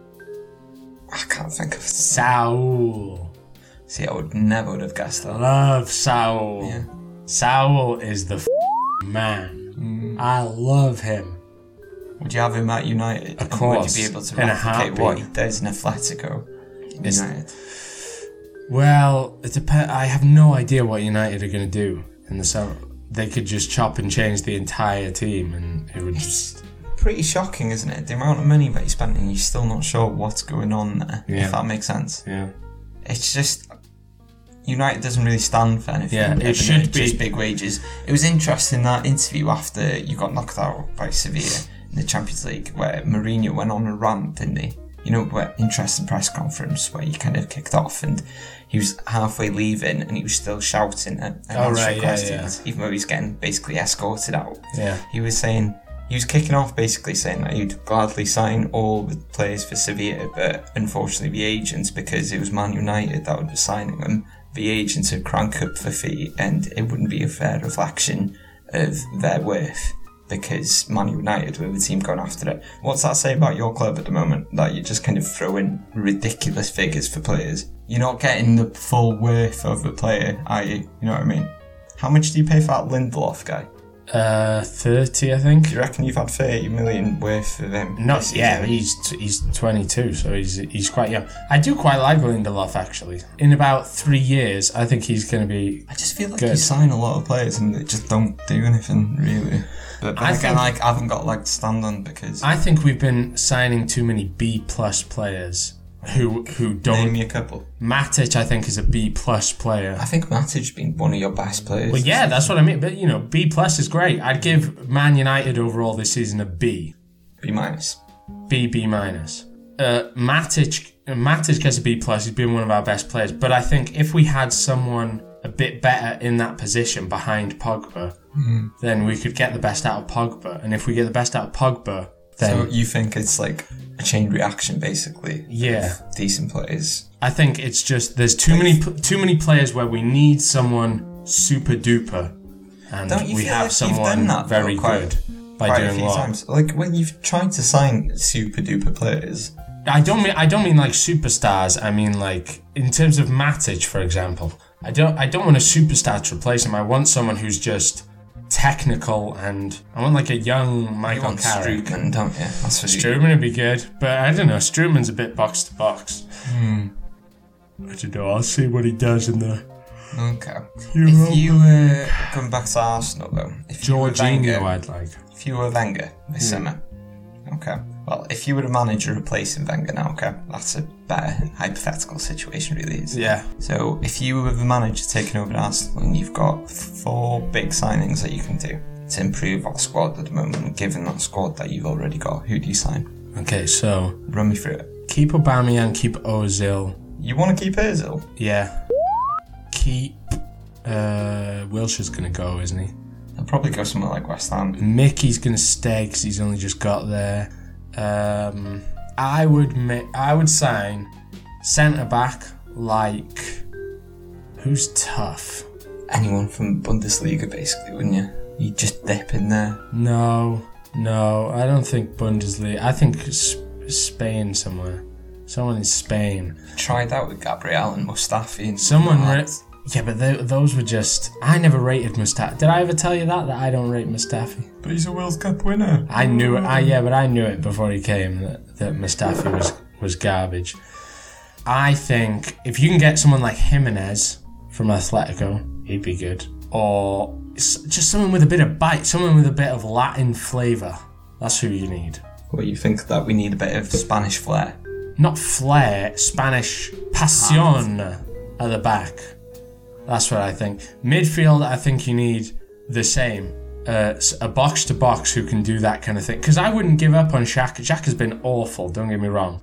B: I can't think of.
A: Saul.
B: See, I would never would have guessed that.
A: Love Saul.
B: Yeah.
A: Saul is the f- man.
B: Mm.
A: I love him.
B: Would you have him at United?
A: Of
B: Would
A: course,
B: you be able to
A: in a
B: replicate what he
A: heartbeat.
B: does in Atletico? in
A: It's-
B: United.
A: Well, it depends. I have no idea what United are going to do in the summer. They could just chop and change the entire team, and it would just.
B: Pretty shocking, isn't it? The amount of money that he spent and you're still not sure what's going on there.
A: Yeah.
B: If that makes sense.
A: Yeah.
B: It's just. United doesn't really stand for anything.
A: Yeah, it
B: Everton,
A: should
B: it's just
A: be-
B: big wages. It was interesting that interview after you got knocked out by Sevilla in the Champions League, where Mourinho went on a rant, didn't he? You know, where interesting press conference where he kind of kicked off and he was halfway leaving and he was still shouting at and
A: Oh,
B: answering
A: right, yeah,
B: questions, even though he was getting basically escorted out.
A: Yeah.
B: he was saying. He was kicking off basically saying that he'd gladly sign all the players for Sevilla, but unfortunately the agents, because it was Man United that would be signing them, the agents would crank up the fee and it wouldn't be a fair reflection of their worth because Man United were the team going after it. What's that say about your club at the moment? That you're just kind of throwing ridiculous figures for players. You're not getting the full worth of the player, are you? You know what I mean? How much do you pay for that Lindelof guy?
A: Uh, 30, I think.
B: Do you reckon you've had 30 million worth of them?
A: Not
B: this
A: yeah,
B: season?
A: he's t- he's 22, so he's he's quite young. I do quite like Lindelof actually. In about three years, I think he's going to be.
B: I just feel like you
A: Good.
B: sign a lot of players and they just don't do anything really. But, but
A: I
B: again,
A: think-
B: like, I haven't got like to stand on because
A: I think we've been signing too many B plus players who who
B: name
A: don't.
B: me a couple.
A: Matic, I think, is a B plus player.
B: I think Matic's been one of your best players.
A: Well, yeah, that's what I mean. But you know, B plus is great. I'd give Man United overall this season a B,
B: B minus.
A: B B minus. Uh, Matic, Matic gets a B plus. He's been one of our best players. But I think if we had someone a bit better in that position behind Pogba,
B: Mm.
A: then we could get the best out of Pogba. And if we get the best out of Pogba,
B: So
A: then
B: you think it's like a chain reaction, basically?
A: Yeah.
B: of Decent players.
A: I think it's just there's too many p- too many players where we need someone super duper, and
B: Don't you
A: we
B: feel
A: have
B: like you've
A: someone
B: done that, though,
A: very
B: quite-
A: good by
B: Quite a
A: doing
B: few
A: what.
B: times. Like when you've tried to sign super duper players.
A: I don't mean I don't mean like superstars. I mean like in terms of Matic, for example. I don't I don't want a superstar to replace him. I want someone who's just technical and I want like a young
B: You
A: Michael
B: want
A: Carrick.
B: Strutman, don't you? That's for sure.
A: Strowman would be good, but I don't know. Strowman's a bit box to box.
B: Hmm.
A: I don't know. I'll see what he does in the.
B: Okay.
A: Europa
B: If you were coming back to Arsenal though, if you were
A: Jorginho,
B: Wenger,
A: I'd like.
B: if you were Wenger this
A: Hmm.
B: summer, okay. Well, if you were a manager replacing Wenger now, okay, that's a better hypothetical situation, really. Is
A: Yeah.
B: So if you were the manager taking over Arsenal and you've got four big signings that you can do to improve our squad at the moment, given that squad that you've already got, who do you sign?
A: Okay, so
B: Run me through it.
A: keep Aubameyang, keep Ozil.
B: You want to keep Ozil?
A: Yeah. Keep. Uh, Wilshire's gonna go, isn't he?
B: I'll probably go somewhere like West Ham.
A: Mickey's gonna stay because he's only just got there. Um, I would ma- I would sign centre back like who's tough.
B: Anyone from Bundesliga, basically, wouldn't you? You just dip in there.
A: No, no, I don't think Bundesliga. I think S- Spain somewhere. Someone in Spain.
B: Tried out with Gabriel and Mustafi and
A: Someone.
B: all
A: Ra-
B: that.
A: yeah, but tho- those were just. I never rated Mustafi. Did I ever tell you that that I don't rate Mustafi?
B: But he's a World Cup winner.
A: I knew it. I yeah, but I knew it before he came that, that Mustafi was was garbage. I think if you can get someone like Jimenez from Atletico, he'd be good. Or s- just someone with a bit of bite, someone with a bit of Latin flavour. That's who you need.
B: Well, you think that we need a bit of Spanish flair.
A: Not flair, Spanish pasión at the back. That's what I think. Midfield, I think you need the same. Uh, s- a box to box who can do that kind of thing. Because I wouldn't give up on Shaq. Shaq has been awful, don't get me wrong.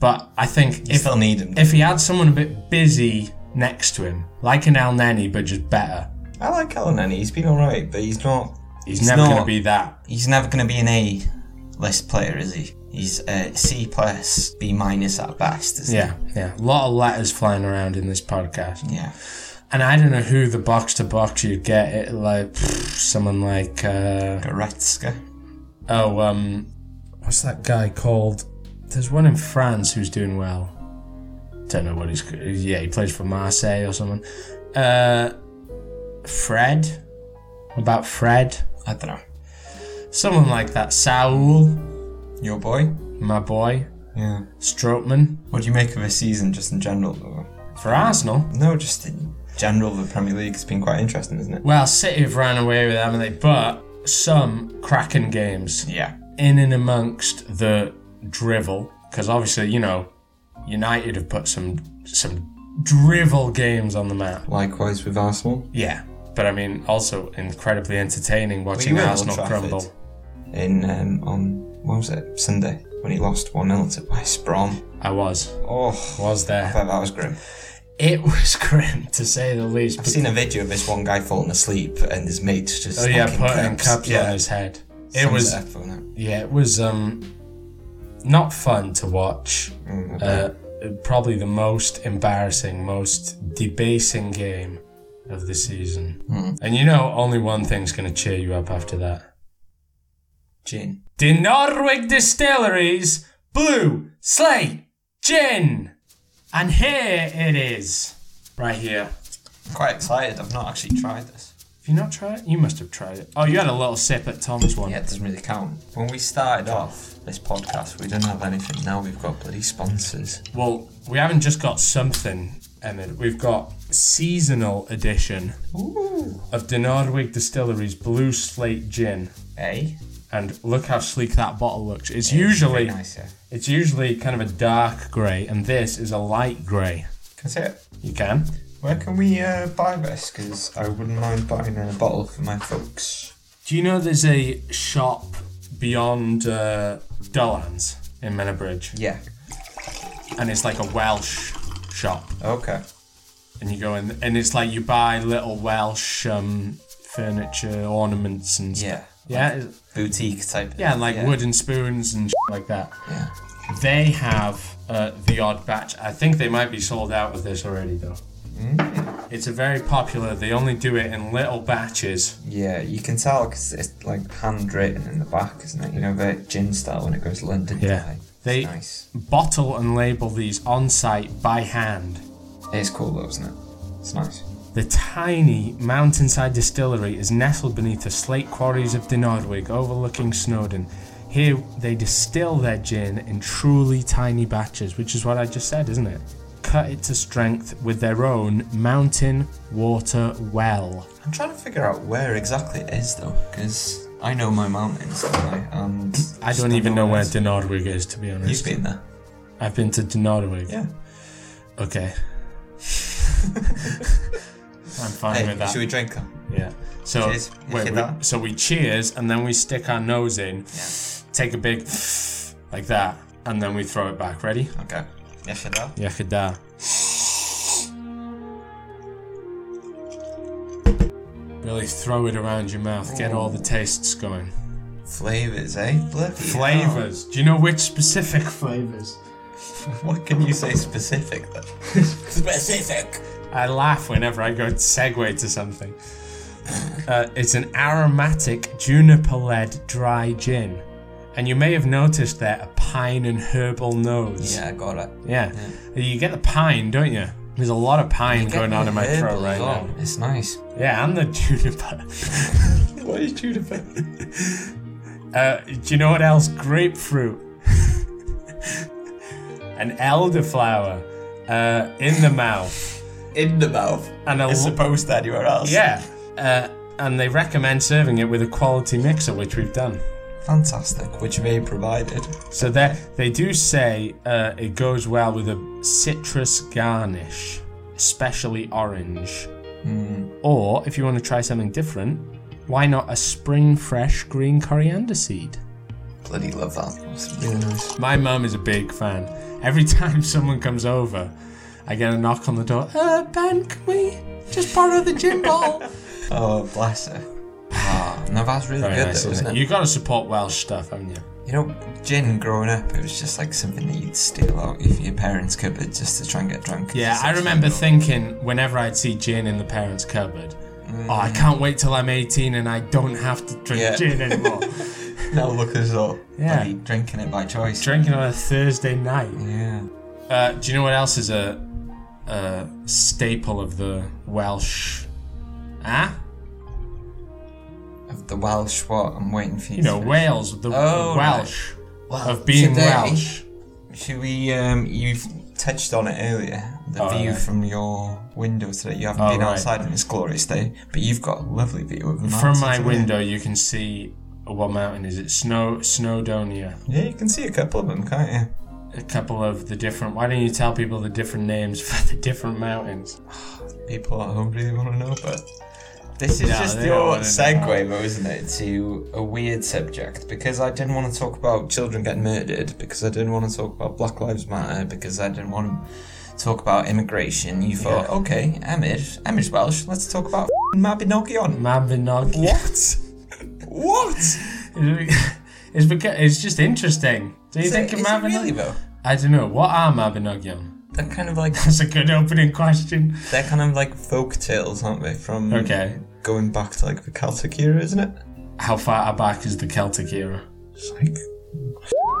A: But I think
B: You
A: if,
B: still need him.
A: if he had someone a bit busy next to him, like an Al Neni, but just better,
B: I like Kalanani. He's been alright, but he's not.
A: he's, never going to
B: not-
A: be that.
B: He's never going to be an A list player, is he? He's a C plus, B minus at best. Isn't
A: Yeah, yeah. A lot of letters flying around in this podcast.
B: He? Yeah.
A: And I don't know who the box to box you'd get. It like pfft, someone like uh,
B: Goretzka.
A: oh um, what's that guy called? There's one in France who's doing well. Don't know what he's. Yeah, he plays for Marseille or something. Uh, Fred. What about Fred?
B: I don't know.
A: Someone like that. Saul,
B: Your boy.
A: my boy.
B: Yeah.
A: Strootman
B: What do you make of his season, just in general? Though?
A: for Arsenal.
B: No, just in general, the Premier League has been quite interesting, isn't it?
A: Well, City have ran away with them, haven't they? But some cracking games.
B: Yeah.
A: in and amongst the drivel because obviously you know United have put some some drivel games on the map.
B: Likewise with Arsenal.
A: Yeah, but I mean, also incredibly entertaining watching
B: were at Old
A: Arsenal
B: Trafford
A: crumble.
B: In um, on what was it Sunday when he lost one 0 to West Brom.
A: I was,
B: Oh,
A: was
B: I
A: there.
B: thought that was grim.
A: It <laughs> was grim to say the least.
B: I've seen a video of this one guy falling asleep and his mates just.
A: oh yeah,
B: like, in
A: putting
B: cups.
A: caps
B: Yeah.
A: on his head. It
B: Sums
A: was
B: up, wasn't
A: yeah, it was um not fun to watch. Uh, probably the most embarrassing, most debasing game of the season. And you know, only one thing's going to cheer you up after that.
B: it? Gin.
A: The Norwich Distilleries Blue Slate Gin. And here it is, right here.
B: I'm quite excited. I've not actually tried this.
A: Have you not tried it? You must have tried it. Oh, you had a little sip at Tom's one.
B: Yeah, it doesn't really count. When we started off this podcast, we didn't have anything. Now we've got bloody sponsors.
A: Well, we haven't just got something, Emmett. We've got seasonal edition
B: Ooh.
A: of the Nordwig Distillery's Blue Slate Gin.
B: Hey.
A: And look how sleek that bottle looks. It's usually
B: nice, yeah.
A: it's usually kind of a dark grey, and this is a light grey.
B: Can I see it?
A: You can.
B: Where can we uh, buy this? Because I wouldn't mind buying a bottle for my folks.
A: Do you know there's a shop beyond uh, Dullans in Menabridge,
B: Yeah.
A: and it's like a Welsh shop,
B: Okay.
A: and you go in, and it's like you buy little Welsh um, furniture, ornaments, and stuff.
B: Yeah.
A: Yeah, it-
B: Boutique type.
A: yeah, and like wooden spoons and shit like that.
B: Yeah.
A: They have uh, the odd batch. I think they might be sold out with this already, though. It's a very popular. They only do it in little batches.
B: Yeah, you can tell because it's like handwritten in the back, isn't it? You know, the gin style when it goes London.
A: Yeah.
B: Dry.
A: They
B: It's nice.
A: bottle and label these on site by hand.
B: It's cool though, isn't it? It's nice.
A: The tiny mountainside distillery is nestled beneath the slate quarries of the Nordwig, overlooking Snowdon. Here they distill their gin in truly tiny batches, which is what I just said, isn't it? Cut it to strength with their own mountain water well.
B: I'm trying to figure out where exactly it is though, because I know my mountains, don't I? And
A: I don't even know where Denardwig is, to be
B: You've
A: honest.
B: been there.
A: I've been to Denardwig.
B: Yeah. <laughs>
A: Okay. I'm fine
B: Hey,
A: with that.
B: should we drink them?
A: Yeah. So
B: Cheers. You
A: wait,
B: hear
A: we-
B: that?
A: so we cheers and then we stick our nose in, take a big like that, and then we throw it back. Ready?
B: Okay. Yes, you do.
A: Yakada. Really throw it around your mouth. Get all the tastes going.
B: Flavors, eh? Bloody hell.
A: Flavors. Do you know which specific flavors?
B: <laughs> What can you say specific then? specific.
A: I laugh whenever I go to segue to something. Uh, it's an aromatic juniper led dry gin. And you may have noticed there a pine and herbal nose.
B: Yeah, I got it.
A: Yeah. You get the pine, don't you? There's a lot of pine going
B: Get
A: on in my
B: herbal
A: throat right
B: as well.
A: now.
B: It's <laughs> nice.
A: Yeah, and the
B: <laughs>
A: juniper.
B: What is juniper?
A: Uh, do you know what else? Grapefruit. <laughs> An elderflower uh, in the mouth.
B: In the mouth.
A: And a
B: It's
A: l-
B: supposed to anywhere else.
A: Yeah. Uh, and they recommend serving it with a quality mixer, which we've done.
B: Fantastic, which they provided.
A: So they they do say uh, it goes well with a citrus garnish, especially orange. Hmm. Or if you want to try something different, why not a spring fresh green coriander seed?
B: Bloody love that. It's really nice.
A: My mum is a big fan. Every <laughs> time someone comes over, I get a knock on the door. Uh, Ben, can we just borrow the gym <laughs> ball?
B: Oh, bless her. Ah, no, that's really
A: Very
B: good
A: nice,
B: though,
A: isn't it?
B: isn't it?
A: You got to support Welsh stuff, haven't you?
B: You know, gin growing up, it was just like something that you'd steal out of your parents' cupboard just to try and get drunk.
A: Yeah, I remember thinking whenever I'd see gin in the parents' cupboard, oh, I can't wait till I'm 18 and I don't have to drink
B: Mm. Yeah.
A: gin
B: <laughs>
A: anymore.
B: Now look us up.
A: Yeah.
B: Bloody drinking it by choice.
A: Drinking on a Thursday night.
B: yeah.
A: Uh, do you know what else is a, a staple of the Welsh? Ah,
B: Of the Welsh what? I'm waiting for you.
A: you know
B: to-
A: Wales, the
B: Oh, right.
A: Welsh
B: Well,
A: of being
B: today-
A: Welsh.
B: Should we? Um, you've touched on it earlier. The
A: Oh,
B: view
A: right.
B: from your window today. You haven't
A: Oh,
B: been
A: right.
B: outside on this glorious day, but you've got a lovely view of the
A: From
B: mountains,
A: my
B: haven't you?
A: window, you can uh, see what mountain is it? Snow Snowdonia.
B: Yeah, you can see a couple of them, can't you?
A: a couple of the different. Why don't you tell people the different names <laughs> for the different mountains?
B: People at home really want to know, but this is
A: No,
B: just
A: they don't
B: your
A: wanna
B: segue, though, isn't it, to a weird subject? Because I didn't want to talk about children getting murdered, because I didn't want to talk about Black Lives Matter, because I didn't want to talk about immigration. You thought, okay, Emmett, Emmett's Welsh, let's talk about f***ing Mabinogion.
A: Mabinogi.
B: What? what?
A: it's because it's just interesting. Do you
B: Is
A: think
B: it,
A: of
B: is it
A: Mabinogi?
B: really though?
A: I don't know. What are Mabinogion?
B: They're kind of like
A: That's a good opening question.
B: they're kind of like folk tales, aren't they? From
A: Okay.
B: going back to like the Celtic era, isn't it?
A: How far back is the Celtic era?
B: It's like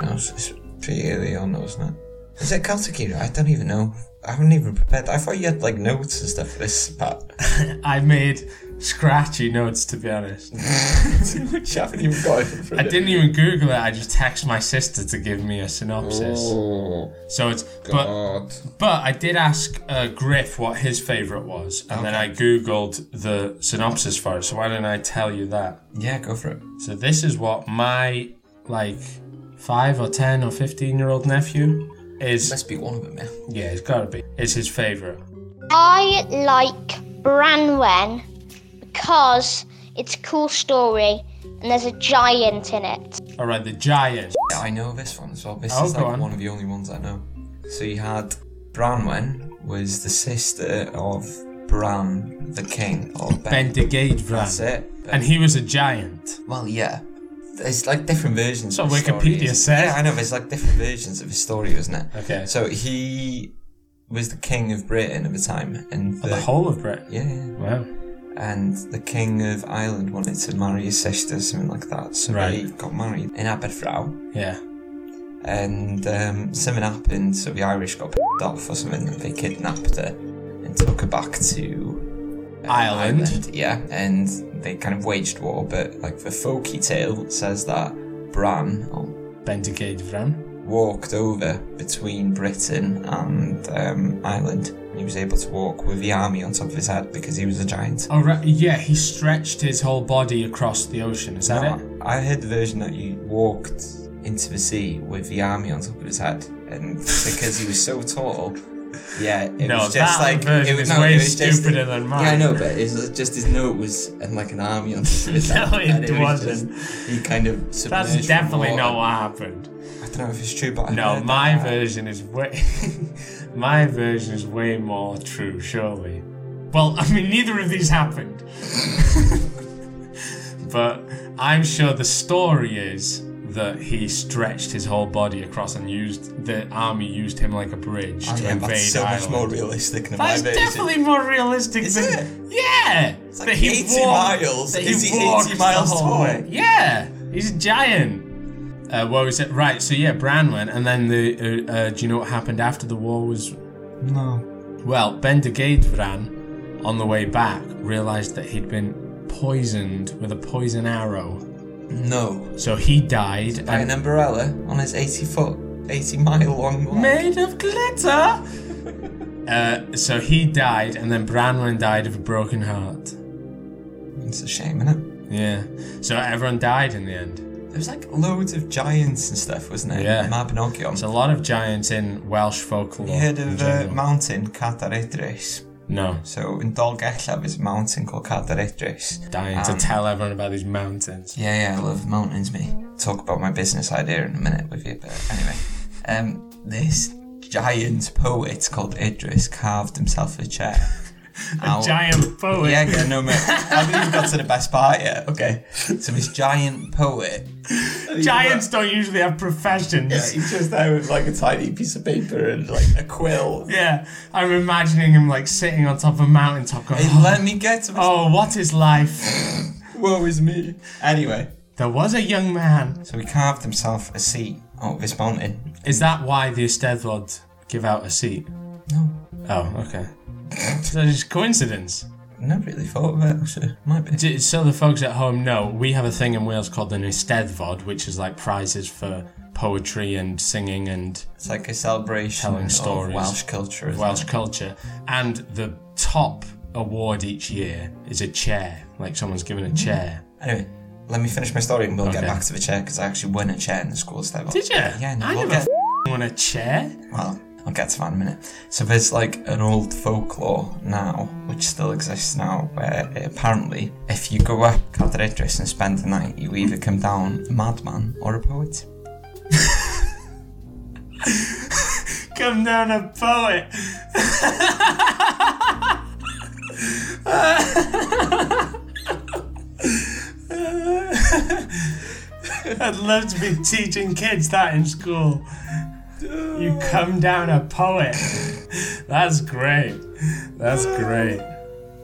B: no, it's, it's pretty early on, though, isn't it? Is it Celtic era? I don't even know. I haven't even prepared. I thought you had like notes and stuff for this part. <laughs>
A: I made scratchy notes to be honest.
B: Which I haven't even got it in front
A: I didn't even Google it. I just text my sister to give me a synopsis.
B: Oh.
A: so it's but but I did ask uh, Griff what his favorite was, and then I Googled the synopsis for it. So why don't I tell you that?
B: Yeah, go for it.
A: So this is what my like five or ten or fifteen year old nephew is.
B: Must be one of them, yeah.
A: Yeah, it's gotta be. It's his favorite.
D: I like Branwen because it's a cool story and there's a giant in it.
A: All right, the giant.
B: Yeah, I know this one as well. This
A: Oh,
B: is
A: go
B: like
A: on.
B: one of the only ones I know. So you had Branwen was the sister of Bran the king or Ben. That's
A: Bendigeidvran,
B: it.
A: and he was a giant.
B: Well, yeah. There's like different versions.
A: So
B: of the
A: Wikipedia
B: story, isn't-
A: says.
B: Yeah, I know. There's like different versions of the story, isn't it?
A: Okay.
B: So he was the king of Britain at the time, and the,
A: The whole of Britain.
B: yeah, yeah,
A: Wow.
B: and the king of Ireland wanted to marry his sister, something like that. So
A: Right.
B: they got married in Aberfraw,
A: Yeah.
B: and um, something happened. So the Irish got pissed off or something. and They kidnapped her and took her back to
A: Ireland.
B: yeah, and they kind of waged war, but like the folky tale says that Bran oh,
A: Bendigeidvran.
B: walked over between Britain and um, Ireland, and he was able to walk with the army on top of his head because he was a giant.
A: Oh right. Yeah, he stretched his whole body across the ocean. Is that it?
B: I heard the version that he walked into the sea with the army on top of his head, and <laughs> because he was so tall. Yeah, it
A: No,
B: was
A: that
B: just like
A: version
B: it was
A: is way
B: it was just-
A: stupider than mine.
B: Yeah, I know, but it was just his note was and like an army on top
A: <laughs>
B: of his
A: No,
B: head.
A: it
B: and was
A: wasn't.
B: just- he kind of submerged
A: That's
B: from
A: definitely
B: water.
A: not what happened.
B: I don't know if it's true, but I
A: No,
B: heard
A: my
B: that.
A: version is way. <laughs> my version is way more true, surely. Well, I mean, neither of these happened. <laughs> but I'm sure the story is that he stretched his whole body across and used the army used him like a bridge to
B: Oh, Yeah,
A: invade
B: that's so
A: Ireland.
B: much more realistic than
A: That's
B: my version.
A: definitely more realistic
B: Is
A: than yeah. It's
B: like 80 miles. Is he 80 miles tall?
A: Yeah, he's a giant. Uh, what was it? Right. So yeah, Bran went, and then the uh, uh, do you know what happened after the war was?
B: No.
A: Well, Bendigeidvran, on the way back, realized that he'd been poisoned with a poison arrow.
B: No.
A: So he died.
B: By an
A: and
B: umbrella on his 80 foot, 80 mile long leg.
A: made of glitter. <laughs> uh, so he died, and then Branwen died of a broken heart.
B: It's a shame, isn't
A: Yeah. So everyone died in the end.
B: it? There was like loads of giants and stuff, wasn't there?
A: Yeah.
B: Mabinogion.
A: There's a lot of giants in Welsh folklore.
B: you heard
A: in
B: of uh,
A: general.
B: mountain Cadaretris?
A: no.
B: So in Dolgellau there's a mountain called Cadaretris.
A: Dying
B: Um,
A: to tell everyone about these mountains.
B: Yeah, yeah, I love mountains, me. Talk about my business idea in a minute with you, but anyway. Um, this giant poet called Idris carved himself
A: <laughs>
B: a chair. Out-
A: Giant poet.
B: Yeah, yeah, no, mate. I haven't even got to the best part yet. Okay. So this
A: <laughs>
B: giant poet.
A: Giants don't usually have
B: <laughs>
A: professions.
B: He's just there with like a tiny piece of paper and like a quill.
A: Yeah. I'm imagining him like sitting on top of a mountaintop going,
B: Hey, let me get to this.
A: Oh, what is life?
B: Woe is me. Anyway.
A: There was a young man.
B: So he carved himself a seat out of this mountain.
A: Is that why the Eisteddfod give out a seat?
B: No,
A: Oh, okay. so it's just coincidence.
B: I never really thought of it, actually. Might be.
A: D- So the folks at home know we have a thing in Wales called an Eisteddfod, which is like prizes for poetry and singing and
B: It's like a celebration
A: Telling
B: of
A: stories.
B: Welsh culture. Isn't
A: Welsh
B: it?
A: culture. And the top award each year is a chair, like someone's given a chair.
B: Anyway, let me finish my story and we'll get
A: Okay.
B: back to the chair because I actually won a chair in the school stable.
A: Did you?
B: Yeah, no,
A: I
B: we'll
A: never
B: get
A: on a chair?
B: Well, I'll get to that in a minute. So there's like an old folklore now, which still exists now, where apparently if you go up Calderidris and spend the night, you either come down a madman or a poet.
A: Come down a poet. I'd love to be teaching kids that in school. You come down a poet. That's great. That's great.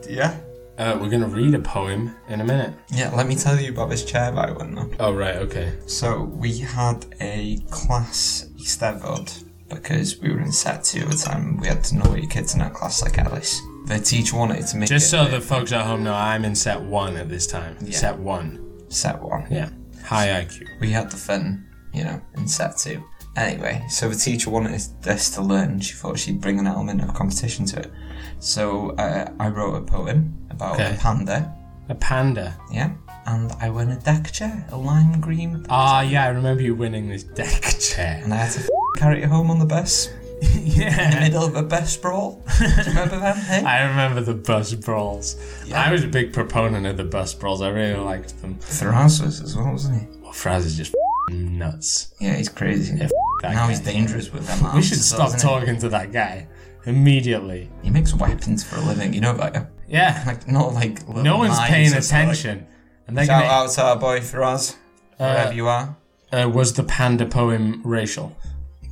B: Yeah.
A: Uh, we're going to read a poem in a minute.
B: Yeah, let me tell you about this chair that I went on.
A: Oh, right, okay.
B: So we had a class East Evod because we were in set two at the time. We had to know your kids in our class like Alice. The teacher wanted to make
A: Just
B: it
A: so the folks at home know, I'm in set one at this time. Set one.
B: set one.
A: Yeah. High IQ.
B: we had the fun, you know, in set two. Anyway, so the teacher wanted us to learn. She thought she'd bring an element of competition to it. So uh, I wrote a poem about
A: Okay.
B: a panda,
A: A panda.
B: yeah, and I won a deck chair, a lime green,
A: Ah, yeah, I remember you winning this deck <laughs>
B: <laughs>
A: chair.
B: and I had to f- carry it home on the bus in the
A: yeah.
B: middle of a
A: <laughs>
B: bus brawl. Do you remember that? Hey?
A: I remember the bus brawls. I was a big proponent of the bus brawls. I really liked them.
B: Ferraz was as well, wasn't he?
A: Well, Fraz is just nuts.
B: Yeah, he's crazy.
A: That
B: now
A: guy.
B: he's dangerous with them arms.
A: we should
B: as
A: stop
B: well, isn't he?
A: talking to that guy immediately.
B: He makes weapons for a living. You know that? yeah? <laughs>
A: Yeah.
B: Like not like little
A: No one's
B: knives
A: paying
B: or something, like-
A: attention. And they're
B: Shout
A: gonna,
B: out to our boy Faraz, wherever you are.
A: uh, was the panda poem racial?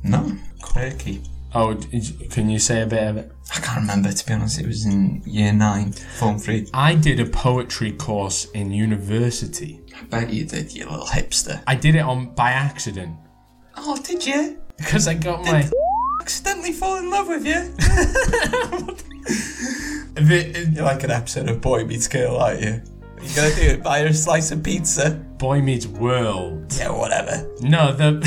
B: No, quirky.
A: Oh, d- can you say a bit of it?
B: I can't remember to be honest. It was in year nine, form three.
A: I did a poetry course in university.
B: I bet you did, you little hipster.
A: I did it on by accident <laughs>
B: Oh, did you?
A: because I got my.
B: Accidentally fall in love with you? <laughs>
A: The,
B: You're like an episode of Boy Meets Girl, aren't you? You gotta do it. Buy her a slice of pizza.
A: Boy Meets World.
B: Yeah, whatever.
A: No, the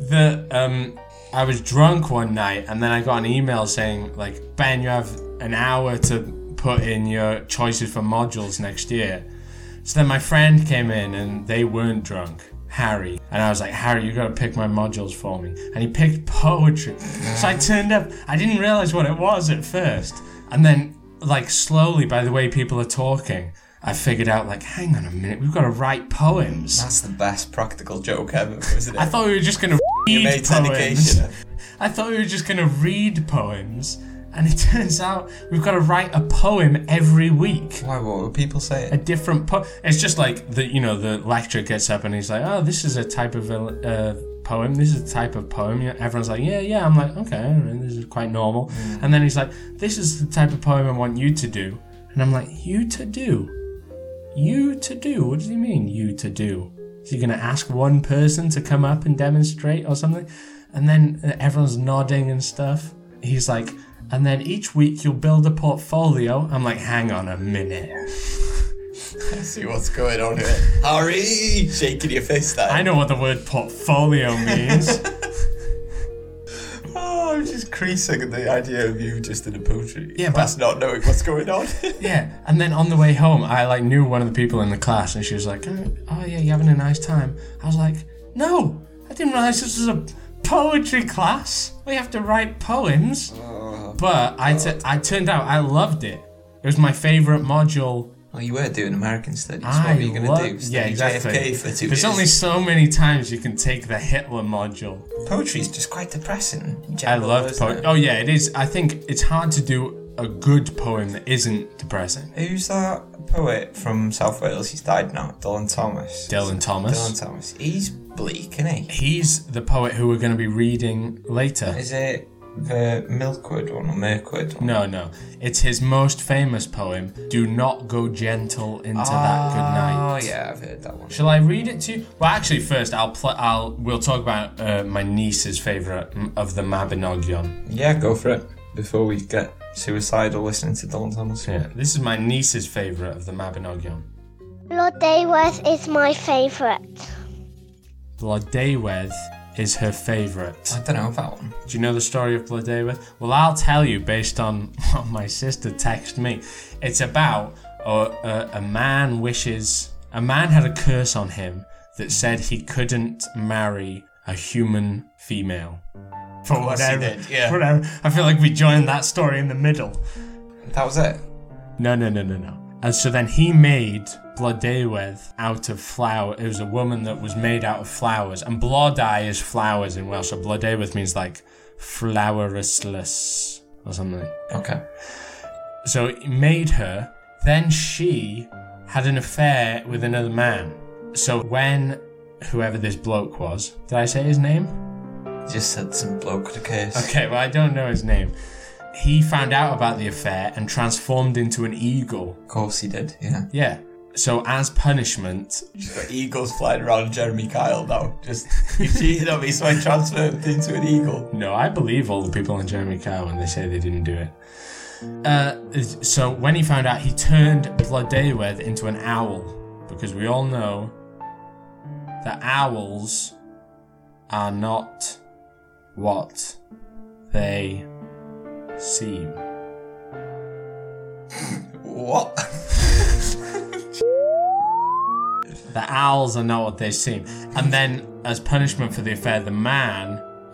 A: <laughs> the um, I was drunk one night and then I got an email saying like Ben, you have an hour to put in your choices for modules next year. So then my friend came in and they weren't drunk. Harry and I was like, Harry, you gotta pick my modules for me. And he picked poetry. So I turned up. I didn't realize what it was at first, and then like slowly, by the way people are talking, I figured out like, hang on a minute, we've got to write poems.
B: That's the best practical joke ever, wasn't it?
A: I thought we were just gonna read
B: mate's
A: poems.
B: education.
A: I thought we were just gonna read poems, and it <laughs> turns out we've got to write a poem every week.
B: Why? What were people
A: A
B: saying?
A: different poem. It's just like the you know the lecturer gets up and he's like, oh, this is a type of uh, poem. This is a type of poem. You know, everyone's like, yeah, yeah. I'm like, okay, all right, this is quite normal. And then he's like, this is the type of poem I want you to do. And I'm like, you to do. You to do? What does he mean, you to do? Is he going to ask one person to come up and demonstrate or something? And then uh, everyone's nodding and stuff. He's like, and then each week you'll build a portfolio. I'm like, hang on a minute.
B: I see what's going on here. Harry, shaking your fist at
A: I know what the word portfolio means.
B: Oh, I'm just creasing at the idea of you just in a poetry
A: Yeah,
B: class
A: but-
B: not knowing what's going on.
A: <laughs> yeah. And then on the way home, I like knew one of the people in the class, and she was like, "Oh, oh, yeah, you having a nice time?" I was like, "No, I didn't realize this was a poetry class. We have to write poems."
B: Uh-huh.
A: but I, tu- I turned out I loved it. It was my favorite module.
B: <laughs> well, you were doing American studies.
A: I
B: what were you going
A: lo-
B: to do? Stay
A: yeah, exactly.
B: JFK for two
A: There's
B: years.
A: only so many times you can take the Hitler module.
B: Poetry's just quite depressing. in
A: I
B: general,
A: loved
B: isn't
A: poetry.
B: it?
A: Oh yeah, it is. I think it's hard to do a good poem that isn't depressing.
B: Who's that poet from South Wales? He's died now. Dylan Thomas.
A: Dylan Thomas.
B: Dylan Thomas. He's bleak, isn't he?
A: He's the poet who we're going to be reading later.
B: Is it the Milkwood one or Mirkwood one?
A: No, no. It's his most famous poem, Do Not Go Gentle Into That Good Night.
B: Oh, yeah, I've heard that one.
A: Shall I read it to you? Well, actually, first I'll pl- I'll we'll talk about uh, my niece's favorite of the Mabinogion.
B: Yeah, go for it. Before we get suicidal listening to Dylan Thomas.
A: Yeah, this is my niece's favorite of the Mabinogion.
D: Lord Dayworth is my favourite.
A: Blodewedd is her favorite.
B: I don't know about one.
A: Do you know the story of Blodewedd? Well, I'll tell you based on <laughs> what my sister texted me. It's about a, a, a man wishes. A man had a curse on him that said he couldn't marry a human female. For
B: course he
A: whatever,
B: did, yeah.
A: whatever. I feel like we joined that story in the middle.
B: That was it.
A: No, no, no, no, no. And so then he made Blodeuwedd out of flower. It was a woman that was made out of flowers. And Blodai is flowers in Welsh. So Blodeuwedd means like flowerless or something.
B: Okay.
A: So he made her. Then she had an affair with another man. So when whoever this bloke was, did I say his name?
B: Just said some bloke to curse.
A: Okay, well, I don't know his name. He found out about the affair and transformed into an eagle.
B: Of course he did, yeah.
A: Yeah. So, as punishment,
B: He's got eagles flying around Jeremy Kyle now. Just, he cheated on me, so I transformed into an eagle.
A: no, I believe all the people in Jeremy Kyle when they say they didn't do it. Uh, so, when he found out, he turned Blodeuwedd into an owl because we all know that owls are not what they seem.
B: What?
A: The owls are not what they seem. And then, as punishment for the affair, the man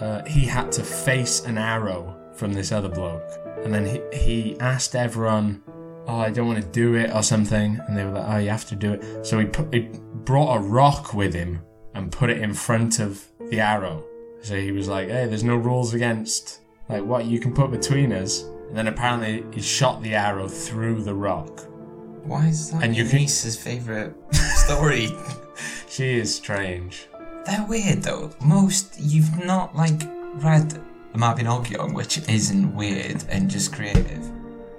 A: uh, he had to face an arrow from this other bloke. And then he, he asked everyone, "Oh, I don't want to do it" or something. And they were like, "Oh, you have to do it." So he put he brought a rock with him and put it in front of the arrow. So he was like, "Hey, there's no rules against like what you can put between us." And then apparently he shot the arrow through the rock.
B: Why is that
A: And
B: and
A: you
B: your
A: can-
B: niece's favourite story?
A: She is strange.
B: They're weird though. Most you've not like read Mabinogion, which isn't weird and just creative.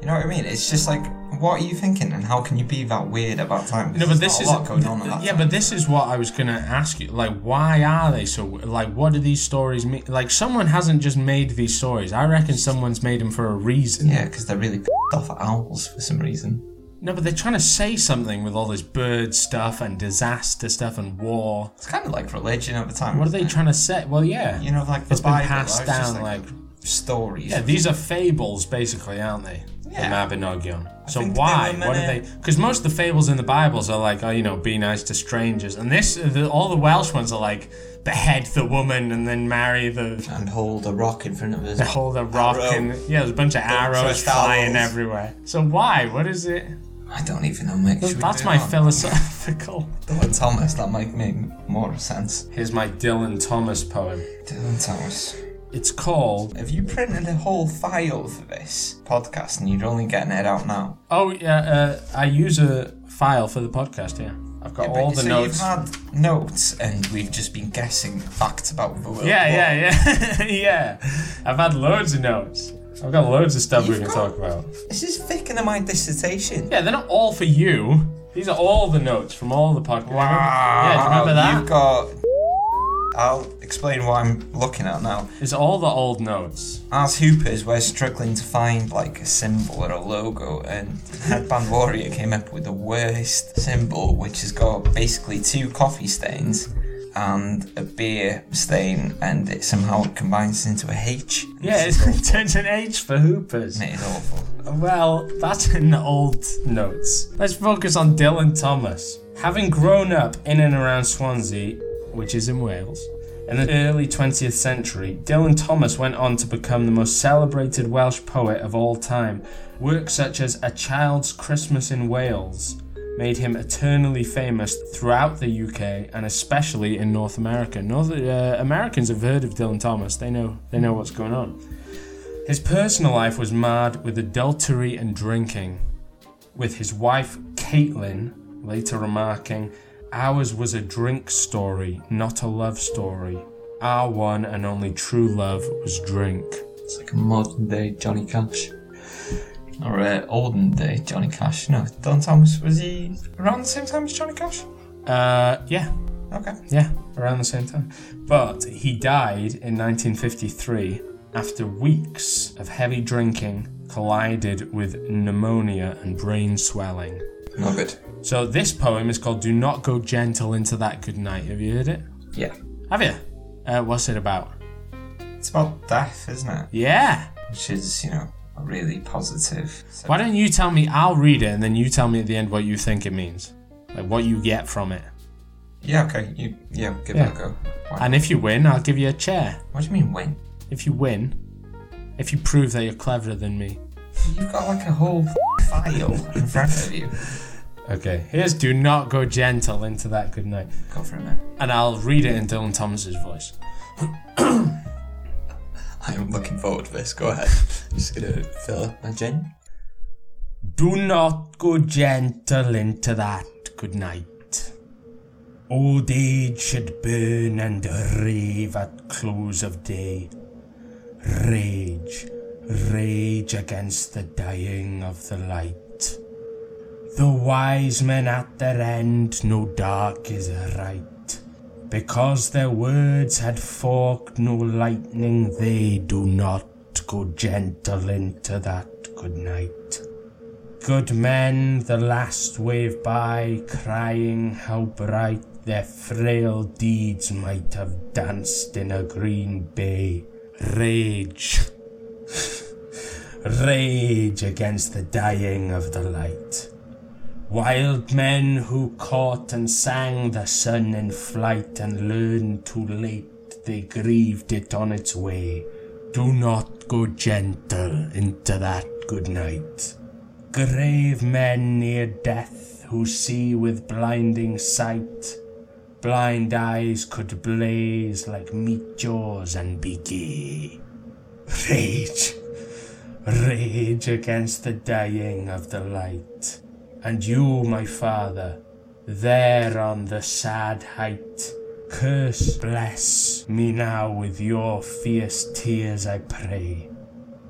B: You know what I mean? It's just like, what are you thinking, and how can you be that weird about time?
A: No, but this
B: There's
A: is
B: not a lot going on at that
A: yeah,
B: time.
A: but this is what I was gonna ask you. Like, why are they so? Like, what do these stories mean? Like, someone hasn't just made these stories. I reckon someone's made them for a reason.
B: yeah, because they're really pissed off at owls for some reason.
A: No, but they're trying to say something with all this bird stuff and disaster stuff and war.
B: It's kind of like religion over time.
A: What are they
B: isn't it?
A: trying to say? Well, yeah,
B: You know, like the
A: it's been
B: Bible,
A: passed
B: it's just
A: down. Like,
B: stories.
A: yeah, these are fables, basically, aren't they?
B: Yeah.
A: The Mabinogion. So
B: think they
A: why?
B: were
A: What are they?
B: meant
A: Because most of the fables in the Bibles are like, oh, you know, be nice to strangers, and this, the, all the Welsh ones are like, behead the woman and then marry the.
B: and hold a rock in front of us.
A: Hold a rock
B: Arrow.
A: and yeah, there's a bunch of arrows
B: trust
A: flying
B: owls.
A: everywhere. So why? What is it?
B: I don't even know, Mike. Should we
A: That's
B: move
A: my
B: on?
A: philosophical.
B: Dylan Thomas. That might make more sense.
A: Here's my Dylan Thomas poem.
B: Dylan Thomas.
A: It's called
B: Have you printed a whole file for this podcast and you're only getting it out now?
A: Oh yeah, uh, I use a file for the podcast here. I've got all the
B: so
A: notes.
B: you've had notes and we've just been guessing facts about the world.
A: Yeah,
B: War.
A: yeah, <laughs> yeah, yeah. I've had loads of notes. I've got loads of stuff we
B: You've
A: can
B: got-
A: talk about.
B: This is thicker than my dissertation.
A: Yeah, they're not all for you. These are all the notes from all the podcasts. Yeah, do you remember that?
B: You've got. I'll explain what I'm looking at now.
A: It's all the old notes.
B: As hoopers, we're struggling to find like a symbol or a logo, and Headband Warrior came up with the worst symbol, which has got basically two coffee stains and a beer stain, and it somehow combines into a H.
A: Yeah,
B: This
A: it's,
B: is
A: it <laughs> turns an H for hoopers.
B: It is awful.
A: Well, that's in the old notes. Let's focus on Dylan Thomas. Having grown up in and around Swansea, which is in Wales, in the early 20th century, Dylan Thomas went on to become the most celebrated Welsh poet of all time. Works such as A Child's Christmas in Wales made him eternally famous throughout the UK and especially in North America. North uh, Americans have heard of Dylan Thomas. They know they know what's going on. His personal life was marred with adultery and drinking, with his wife Caitlin later remarking, Ours was a drink story, not a love story. Our one and only true love was drink.
B: It's like a modern day Johnny Cash. Or uh, olden day Johnny Cash. No, Don Thomas, was he around the same time as Johnny Cash?
A: Uh, yeah,
B: Okay.
A: yeah, around the same time. But he died in 1953 after weeks of heavy drinking collided with pneumonia and brain swelling.
B: Not good.
A: So this poem is called "Do Not Go Gentle Into That Good Night." Have you heard it?
B: Yeah.
A: Have you? Uh, what's it about?
B: It's about death, isn't it?
A: Yeah.
B: which is you know a really positive. So
A: Why don't you tell me? I'll read it, and then you tell me at the end what you think it means, like what you get from it.
B: Yeah, okay. You, yeah, give
A: Yeah.
B: it a go. Why-
A: And if you win, I'll give you a chair.
B: what do you mean when?
A: If you win, if you prove that you're cleverer than me.
B: You've got like a whole <laughs> file in front of you.
A: Okay, here's do not go gentle into that good night.
B: Go for a minute.
A: And I'll read it in Dylan Thomas's voice.
B: I'm looking forward to this. Go ahead. I'm just gonna fill up my gin.
A: Do not go gentle into that good night. Old age should burn and rave at close of day. Rage, rage against the dying of the light. The wise men at their end no dark is right. Because their words had forked no lightning, they do not go gentle into that good night. Good men, the last wave by, crying how bright their frail deeds might have danced in a green bay. Rage. <laughs> Rage against the dying of the light. Wild men who caught and sang the sun in flight and learned too late they grieved it on its way. Do not go gentle into that good night. Grave men near death who see with blinding sight. Blind eyes could blaze like meteors and be gay. Rage, rage against the dying of the light. And you, my father, there on the sad height, curse, bless me now with your fierce tears, I pray.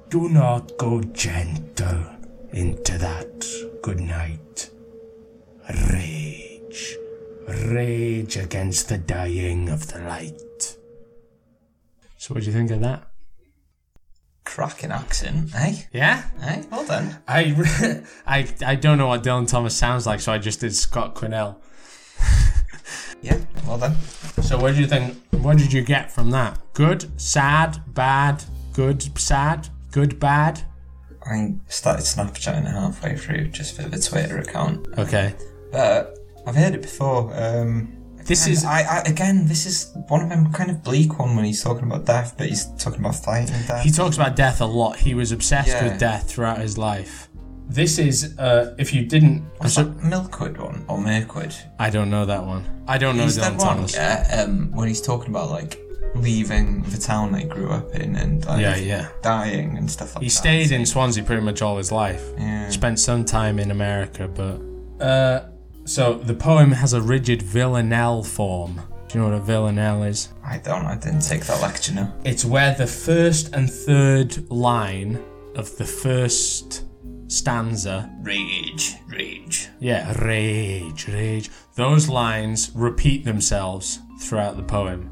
A: Do not go gentle into that good night. Rage, rage against the dying of the light. So, what do you think of that?
B: Cracking accent, eh?
A: Yeah,
B: Eh? Well done.
A: I, <laughs> re- I, I don't know what Dylan Thomas sounds like, so I just did Scott Quinnell.
B: Yeah, well done.
A: So, what do you think? What did you get from that? Good, sad, bad, good, sad, good, bad.
B: I started Snapchatting halfway through just for the Twitter account,
A: Okay.
B: but I've heard it before. Um,
A: This
B: and
A: is
B: I, I again. This is one of them kind of bleak one when he's talking about death, but he's talking about fighting death.
A: He talks about death a lot. He was obsessed
B: Yeah.
A: with death throughout his life. This is, uh, if you didn't, I'm
B: What's that
A: so,
B: Milkwood one or Mirkwood?
A: I don't know that one. I don't know
B: He's
A: Dylan
B: that one,
A: Thomas.
B: yeah, um, when he's talking about like leaving the town they grew up in and like
A: Yeah, yeah.
B: dying and stuff like
A: He
B: that.
A: stayed in Swansea pretty much all his life.
B: Yeah.
A: Spent some time in America, but uh, so the poem has a rigid villanelle form. Do you know what a villanelle is?
B: I don't. I didn't take that lecture. No.
A: It's where the first and third line of the first stanza
B: Rage, rage.
A: Yeah, rage, rage. Those lines repeat themselves throughout the poem.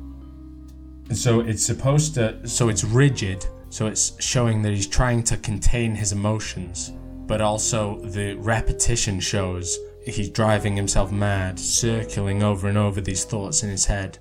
A: And so it's supposed to. So it's rigid, so it's showing that he's trying to contain his emotions, but also the repetition shows he's driving himself mad, circling over and over these thoughts in his head.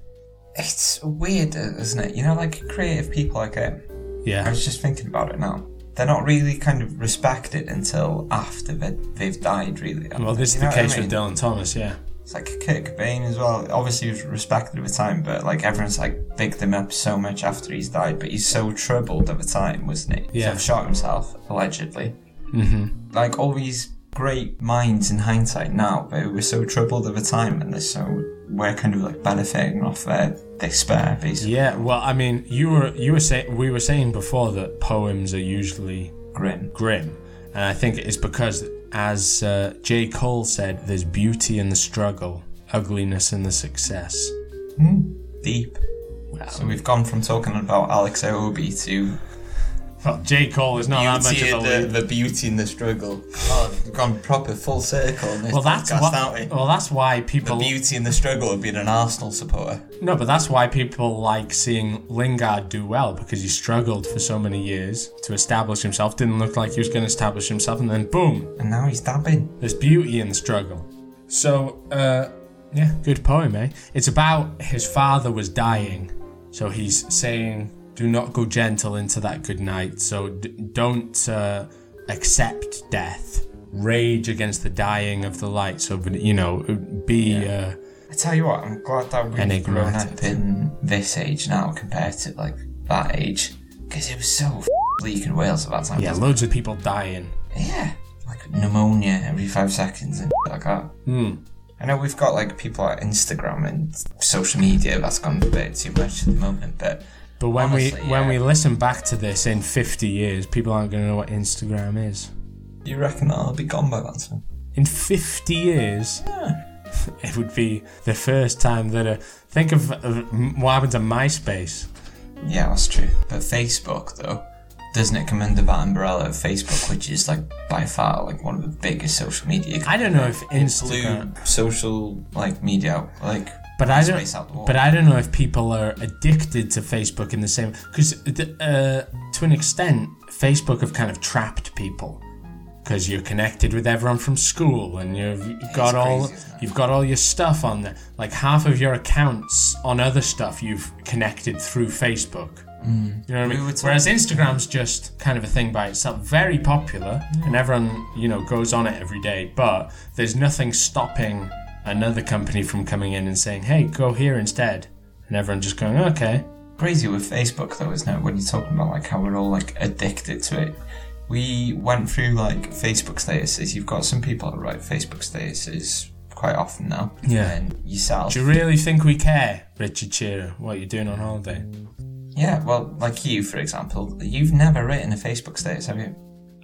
B: It's weird, uh, isn't it? You know, like creative people like uh, I
A: Yeah.
B: was just thinking about it now. They're not really kind of respected until after they- they've died, really.
A: Well, this is
B: You know
A: the
B: what I
A: case
B: mean?
A: with Dylan Thomas, yeah.
B: It's like Kurt Cobain as well. Obviously, he was respected at the time, but like everyone's like bigged him up so much after he's died. But he's so troubled at the time, wasn't he?
A: Yeah.
B: So shot himself allegedly. Mm-hmm. Like all these great minds in hindsight now, but were so troubled at the time, and they're so we're kind of like benefiting off their despair, basically.
A: Yeah, well, I mean, you were you were saying we were saying before that poems are usually
B: Grim.
A: grim. And I think it's because, as uh, J. Cole said, there's beauty in the struggle, ugliness in the success.
B: deep. So we've gone from talking about Alex Aobi to
A: Well, J. Cole is not that much
B: beauty
A: of a
B: in
A: lead.
B: the, the beauty in the struggle. Oh, we've gone proper full circle. In this
A: Well, that's
B: podcast,
A: why.
B: haven't we?
A: Well, that's why
B: The
A: people.
B: beauty in the struggle of being an Arsenal supporter.
A: No, but that's why people like seeing Lingard do well because he struggled for so many years to establish himself. Didn't look like he was going to establish himself, and then boom,
B: And now he's dabbing.
A: there's beauty in the struggle. So, uh, yeah, good poem, eh? It's about his father was dying, so he's saying, "Do not go gentle into that good night." So d- don't uh, accept death. Rage against the dying of the light. So you know, be uh,
B: I tell you what, I'm glad that we've grown
A: Enigmatic.
B: up in this age now compared to like that age, because it was so f- bleak in Wales at that time.
A: Yeah, loads of people dying.
B: Yeah, like pneumonia every five seconds and like that. I know we've got like people at Instagram and social media that's gone a bit too much at the moment, but
A: But when
B: Honestly,
A: we when
B: yeah.
A: we listen back to this in 50 years, people aren't going to know what Instagram is.
B: you reckon that'll be gone by that time?
A: In 50 years,
B: Yeah.
A: it would be the first time that a think of, of m- what happened to MySpace.
B: Yeah, that's true. But Facebook though, doesn't it come under that umbrella of Facebook, which is like by far like one of the biggest social media?
A: I don't know if
B: blue
A: Instagram,
B: social like media like
A: but I don't,
B: space out the wall.
A: but I don't know if people are addicted to Facebook in the same because uh, to an extent, Facebook have kind of trapped people because you're connected with everyone from school and you've got all
B: crazy, isn't it?
A: you've got all your stuff on there. Like half of your accounts on other stuff you've connected through Facebook. You know what I mean?
B: We were talking-
A: Whereas Instagram's just kind of a thing by itself, very popular, and everyone you know goes on it every day. But there's nothing stopping another company from coming in and saying, "Hey, go here instead," and everyone just going, "Okay."
B: crazy with Facebook though, isn't it? When you're talking about like how we're all like addicted to it. We went through like Facebook statuses. You've got some people that write Facebook statuses quite often now.
A: Yeah.
B: And yourself.
A: Do you really think we care, Richard Shearer, what you're doing on holiday?
B: Yeah, well, like you, for example, you've never written a Facebook status, have you?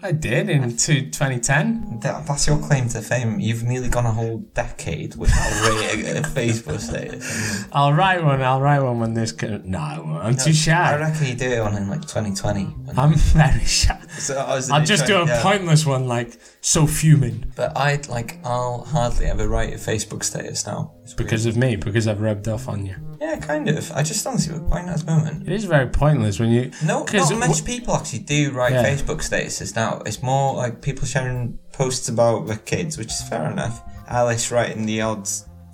A: I did <laughs> in two- 2010.
B: That, that's your claim to fame. You've nearly gone a whole decade
A: <laughs>
B: without writing a Facebook status.
A: I'll write one. I'll write one when this. Co- no, I won't. I'm too
B: I
A: shy.
B: reckon you do it on in like 2020.
A: I'm very <laughs> shy.
B: So I was
A: I'll just do a
B: yeah.
A: pointless one like so fuming
B: But I'd like, I'll hardly ever write a Facebook status now. It's weird.
A: because of me because I've rubbed off on you.
B: Yeah, kind of. I just don't see the point at the moment.
A: It is very pointless when you
B: No, not
A: 'cause
B: much
A: w-
B: people actually do write
A: Yeah.
B: Facebook statuses now. It's more like people sharing posts about their kids, which is fair enough. Alice writing the odd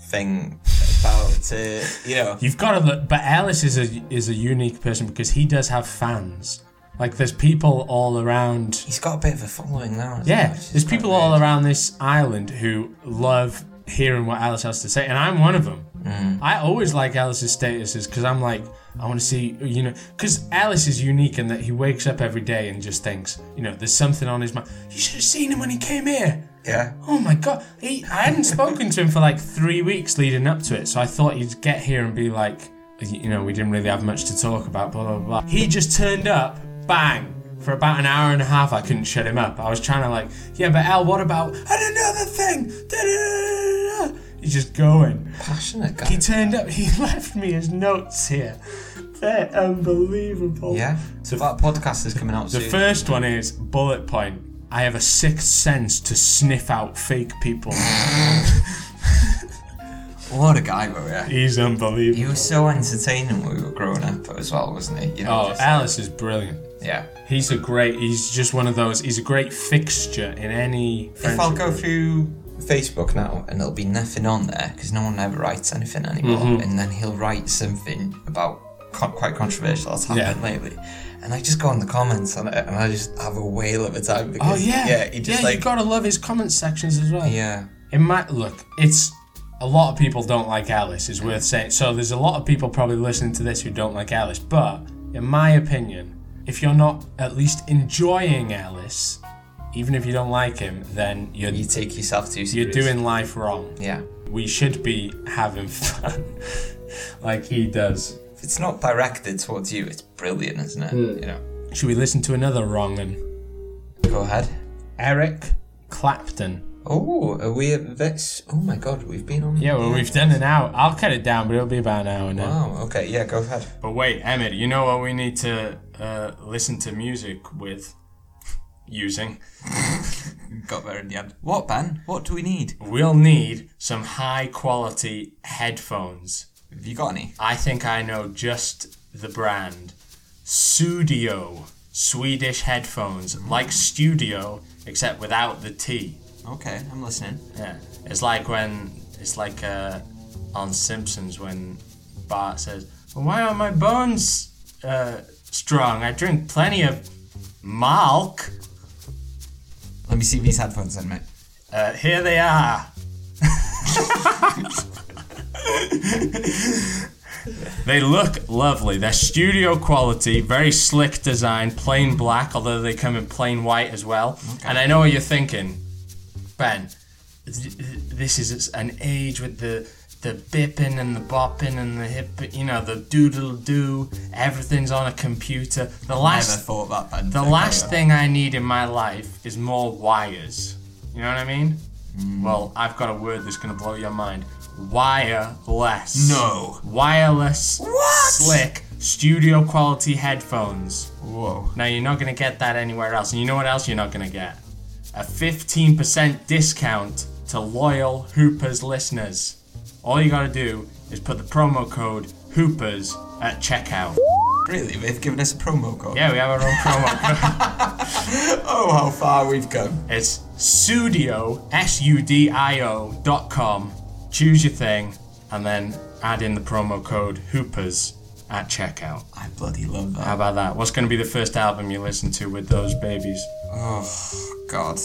B: thing about, uh, you know.
A: You've got to look, but Ellis is a is a unique person because he does have fans. Like there's people all around.
B: He's got a bit of a following now. hasn't he?
A: Yeah,
B: Which is
A: there's
B: quite
A: people all
B: weird.
A: around this island who love hearing what Alice has to say, and I'm one of them.
B: Mm-hmm.
A: I always like Alice's statuses because I'm like, I want to see, you know, because Alice is unique in that he wakes up every day and just thinks, you know, there's something on his mind. You should have seen him when he came here.
B: Yeah.
A: Oh my god, he, I hadn't spoken to him for like three weeks leading up to it, so I thought he'd get here and be like, you know, we didn't really have much to talk about, blah blah blah. He just turned up, bang. For about an hour and a half, I couldn't shut him up. I was trying to like, yeah, but Al, what about and another thing? Da-da-da-da-da-da." He's just going.
B: Passionate guy.
A: He turned up. He <laughs> left me his notes here. They're unbelievable.
B: Yeah. So that podcast is coming out
A: The
B: soon.
A: first one is bullet point. I have a sixth sense to sniff out fake people.
B: what a guy, though, yeah.
A: He's
B: He
A: unbelievable.
B: was so entertaining when we were growing up as well, wasn't he? You know,
A: Oh,
B: just-
A: Alice is brilliant.
B: yeah.
A: He's a great. He's just one of those. He's a great fixture in any.
B: If I'll
A: friendship
B: go
A: group.
B: through Facebook now and there'll be nothing on there because no one ever writes anything anymore,
A: Mm-hmm.
B: and then he'll write something about co- quite controversial that's happened
A: Yeah.
B: lately, and I just go on the comments on it and I just have a whale of a time.
A: Oh
B: Because,
A: yeah,
B: yeah, he just
A: yeah.
B: like
A: you gotta love his comment sections as well.
B: yeah,
A: It might look. It's a lot of people don't like Alice. Is worth saying. So there's a lot of people probably listening to this who don't like Alice. But in my opinion, if you're not at least enjoying Alice, even if you don't like him, then you're
B: you take yourself too
A: you're
B: serious.
A: doing life wrong.
B: yeah.
A: We should be having fun, <laughs> like he does.
B: If it's not directed towards you, it's brilliant, isn't it? You know,
A: Should we listen to another wrong one?
B: go ahead.
A: Eric Clapton.
B: Oh, are we at this? Oh my god, we've been on.
A: Yeah, well, we've done an hour. I'll cut it down, but it'll be about an hour now.
B: Oh, okay, yeah, go ahead.
A: But wait, Emmett, you know what we need to uh, listen to music with? Using.
B: Got there in the end. What, Ben? What do we need?
A: We'll need some high quality headphones.
B: Have you got any?
A: I think I know just the brand. Studio. Swedish headphones, like studio, except without the T.
B: Okay, I'm listening.
A: Yeah, it's like when it's like uh, on Simpsons when Bart says, well, "Why are my bones uh, strong? I drink plenty of milk."
B: Let me see these headphones then, mate.
A: Uh, here they are. They look lovely. They're studio quality, very slick design, plain black, although they come in plain white as well. And I know what you're thinking, Ben. th- th- This is an age with the the bipping and the bopping and the hip, you know, the doodle doo. Everything's on a computer. The
B: Never
A: last
B: thought that.
A: the last thing I need in my life is more wires. You know what I mean?
B: Mm.
A: Well, I've got a word that's gonna blow your mind. Wireless.
B: No.
A: Wireless.
B: What?
A: Slick studio quality headphones.
B: Whoa.
A: Now you're not gonna get that anywhere else. And you know what else you're not gonna get? A 15% discount to loyal Hoopers listeners. All you gotta do is put the promo code Hoopers at checkout.
B: Really? They've given us a promo code.
A: Yeah, we have our own
B: <laughs>
A: promo code.
B: Oh, how far we've come.
A: It's studio, S-U-D-I-O dot com. Choose your thing and then add in the promo code Hoopers at checkout.
B: I bloody love
A: How
B: that.
A: about that? What's going to be the first album you listen to with those babies?
B: Oh God.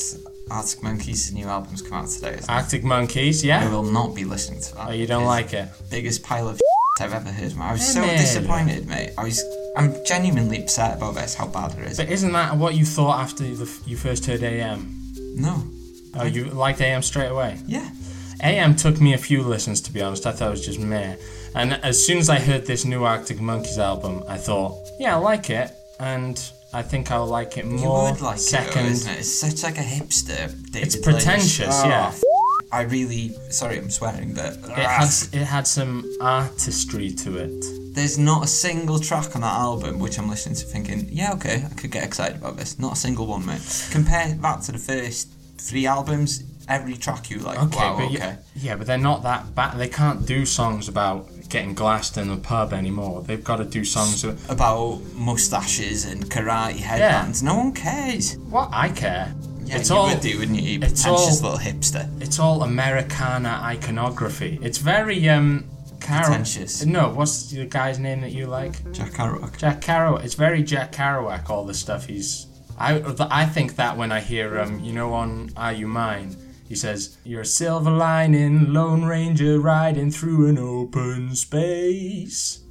B: Arctic Monkeys' new album's come out today. Isn't it?
A: Arctic Monkeys,
B: I
A: yeah?
B: will not be listening to that.
A: Oh, you don't
B: It's
A: like it?
B: the biggest pile of <laughs> I've ever heard. Man. I was so
A: Emil.
B: disappointed, mate. I was. I'm genuinely upset about this. How bad it is.
A: But isn't that what you thought after the, f- you first heard AM?
B: No.
A: Oh, you liked AM straight away?
B: Yeah.
A: AM took me a few listens to be honest. I thought it was just meh. And as soon as I heard this new Arctic Monkeys album, I thought, yeah, I like it, and I think I'll like it
B: You
A: more
B: would like it, though,
A: second.
B: isn't it? It's such like a hipster. David
A: It's
B: Lynch.
A: pretentious,
B: Oh,
A: yeah.
B: f- I really. Sorry, I'm swearing, but ah,
A: It has it had some artistry to it.
B: there's not a single track on that album which I'm listening to thinking, yeah, okay, I could get excited about this. Not a single one, mate. Compare that to the first three albums. Every track you like,
A: Okay,
B: wow,
A: but
B: okay.
A: yeah, yeah, but they're not that bad. They can't do songs about getting glassed in the pub anymore. They've got to do songs. Of,
B: About mustaches and karate headbands, no one cares.
A: what I care.
B: Yeah,
A: it's
B: you
A: all
B: would do, wouldn't you? you
A: it's
B: pretentious
A: all-
B: little hipster.
A: it's all Americana iconography. It's very um. Carrow.
B: Pretentious.
A: No, what's the guy's name that you like?
B: Jack Kerouac.
A: Jack Kerouac. It's very Jack Kerouac. All the stuff he's. I I think that when I hear um, you know, on Are You Mine, he says, "You're a silver lining, Lone Ranger riding through an open space."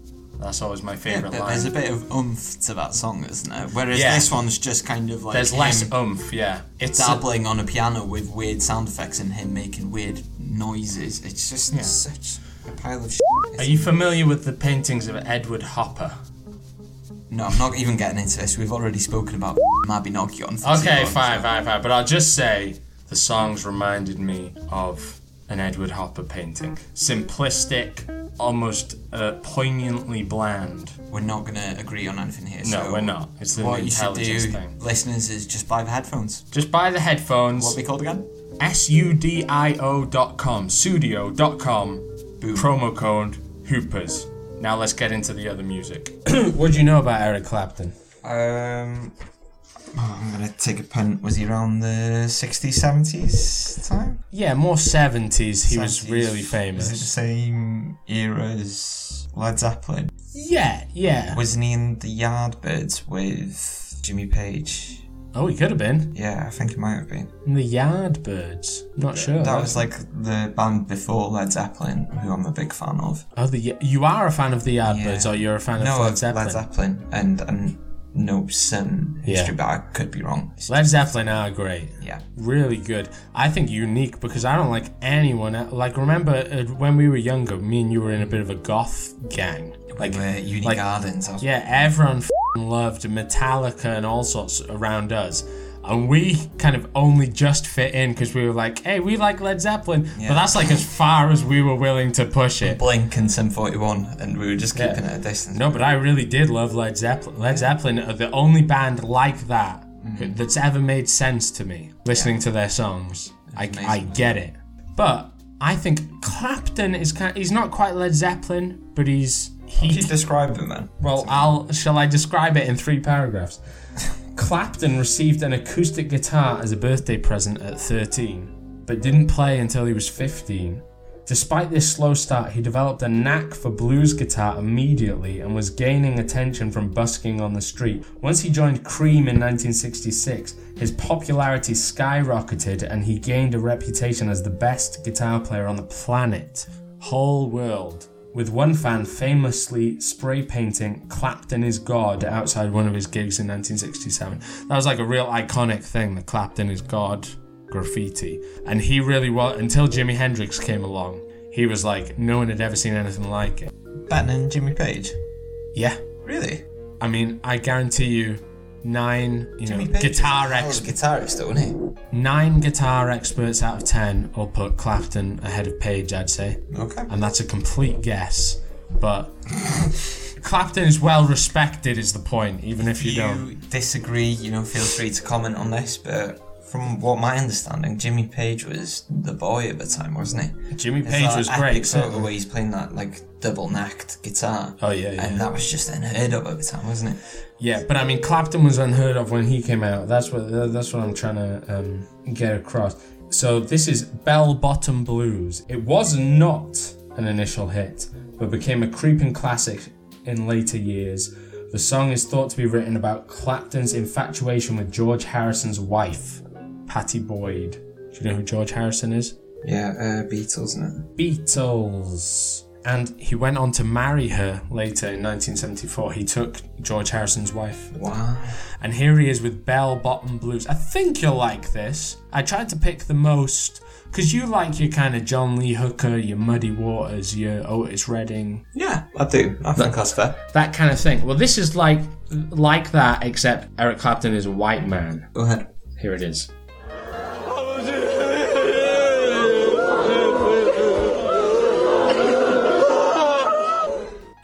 A: That's always my
B: Yeah,
A: favorite
B: but
A: line.
B: there's a bit of oomph to that song, isn't there? Whereas
A: Yeah.
B: this one's just kind of like
A: There's
B: him
A: less oomph. Yeah, it's a-
B: dabbling on a piano with weird sound effects and him making weird noises. It's just such a pile of shit.
A: Are you familiar with the paintings of Edward Hopper?
B: No, I'm not even getting into this. We've already spoken about Mabi Nogi on. for too
A: Okay,
B: long, so-
A: fine, fine, fine. But I'll just say the songs reminded me of an Edward Hopper painting. Simplistic, almost uh, poignantly bland.
B: We're not gonna agree on anything here.
A: No,
B: so
A: we're not. It's the
B: What you should
A: intelligence
B: do,
A: thing.
B: listeners, is just buy the headphones.
A: Just buy the
B: What are
A: headphones.
B: they called again?
A: Sudio.com. Sudio.com.
B: Boom.
A: Promo code Hoopers. Now let's get into the other
B: <clears throat>
A: music. what do you know about Eric Clapton?
B: Um, oh, I'm gonna take a punt. Was he around the 60s, 70s time?
A: Yeah, more 70s. He was
B: 70s.
A: really
B: Is it the
A: famous.
B: same era as Led Zeppelin?
A: Yeah, yeah.
B: Wasn't he in the Yardbirds with Jimmy Page?
A: Oh, he could have been.
B: Yeah, I think it might have been.
A: The Yardbirds. Not sure.
B: That was like the band before Led Zeppelin, who I'm a big fan of.
A: Oh, the Ya- you are a fan of the Yardbirds,
B: Yeah.
A: or you're a fan
B: No,
A: of Led
B: of
A: Zeppelin?
B: Led Zeppelin, and and no some
A: Yeah.
B: history, but I could be wrong. It's-
A: Led Zeppelin are great.
B: Yeah,
A: really good. I think unique because I don't like anyone. el- Like remember uh, when we were younger, me and you were in a bit of a goth gang. Like
B: we were Uni Gardens. I was,
A: yeah, everyone fing loved Metallica and all sorts around us. And we kind of only just fit in because we were like, hey, we like Led Zeppelin. But
B: Yeah.
A: that's like as far as we were willing to push it.
B: Blink and Sim 41, and we were just keeping it at a distance.
A: No, but I really did love Led Zeppelin. Led Zeppelin are the only band like that
B: Mm-hmm.
A: that's ever made sense to me. Listening to their songs, I, I
B: amazing.
A: get it. But I think Clapton is kind. He's not quite Led Zeppelin, but he's he.
B: Could you describe them then?
A: well, I'll shall I describe it in three
B: <laughs>
A: paragraphs. Clapton received an acoustic guitar as a birthday present at 13, but didn't play until he was 15. Despite this slow start, he developed a knack for blues guitar immediately and was gaining attention from busking on the street. Once he joined Cream in 1966, his popularity skyrocketed and he gained a reputation as the best guitar player on the planet. whole world. With one fan famously spray painting Clapton is God outside one of his gigs in 1967. That was like a real iconic thing, the Clapton is God graffiti. And he really was, until Jimi Hendrix came along, he was like, no one had ever seen anything like it.
B: Batten and Jimmy Page.
A: Yeah.
B: Really?
A: I mean, I guarantee you, nine, you know,
B: Jimmy Page is a
A: guitar
B: hell of
A: experts.
B: a guitarist, though, isn't
A: Nine guitar experts out of ten will put Clapton ahead of Page, I'd say.
B: he? Okay.
A: And that's a complete guess. But Clapton is well respected, is the point, even if you don't.
B: you disagree, you know, feel free to comment on this, but from what my understanding, Jimmy Page was the boy at the time, wasn't he?
A: Jimmy
B: There's
A: Page
B: that
A: was
B: epic
A: great.
B: photo
A: certainly.
B: where he's playing that like double necked guitar.
A: Oh, yeah, yeah.
B: And that was just unheard of at the time, wasn't it?
A: Yeah, but I mean, Clapton was unheard of when he came out. That's what tha- that's what I'm trying to um, get across. So this is Bell Bottom Blues. It was not an initial hit, but became a creeping classic in later years. The song is thought to be written about Clapton's infatuation with George Harrison's wife, Patty Boyd. Do you know who George Harrison is?
B: Yeah, uh, Beatles, isn't
A: Beatles. And he went on to marry her later in 1974. He took George Harrison's wife.
B: it? Wow.
A: And here he is with Bell Bottom Blues. I think you'll like this. I tried to pick the most because you like your kind of John Lee Hooker, your Muddy Waters, your Otis Redding,
B: Yeah, I do. I think that's fair.
A: that kind of thing. Well, this is like like that, except Eric Clapton is a white man.
B: Go ahead.
A: Here it is.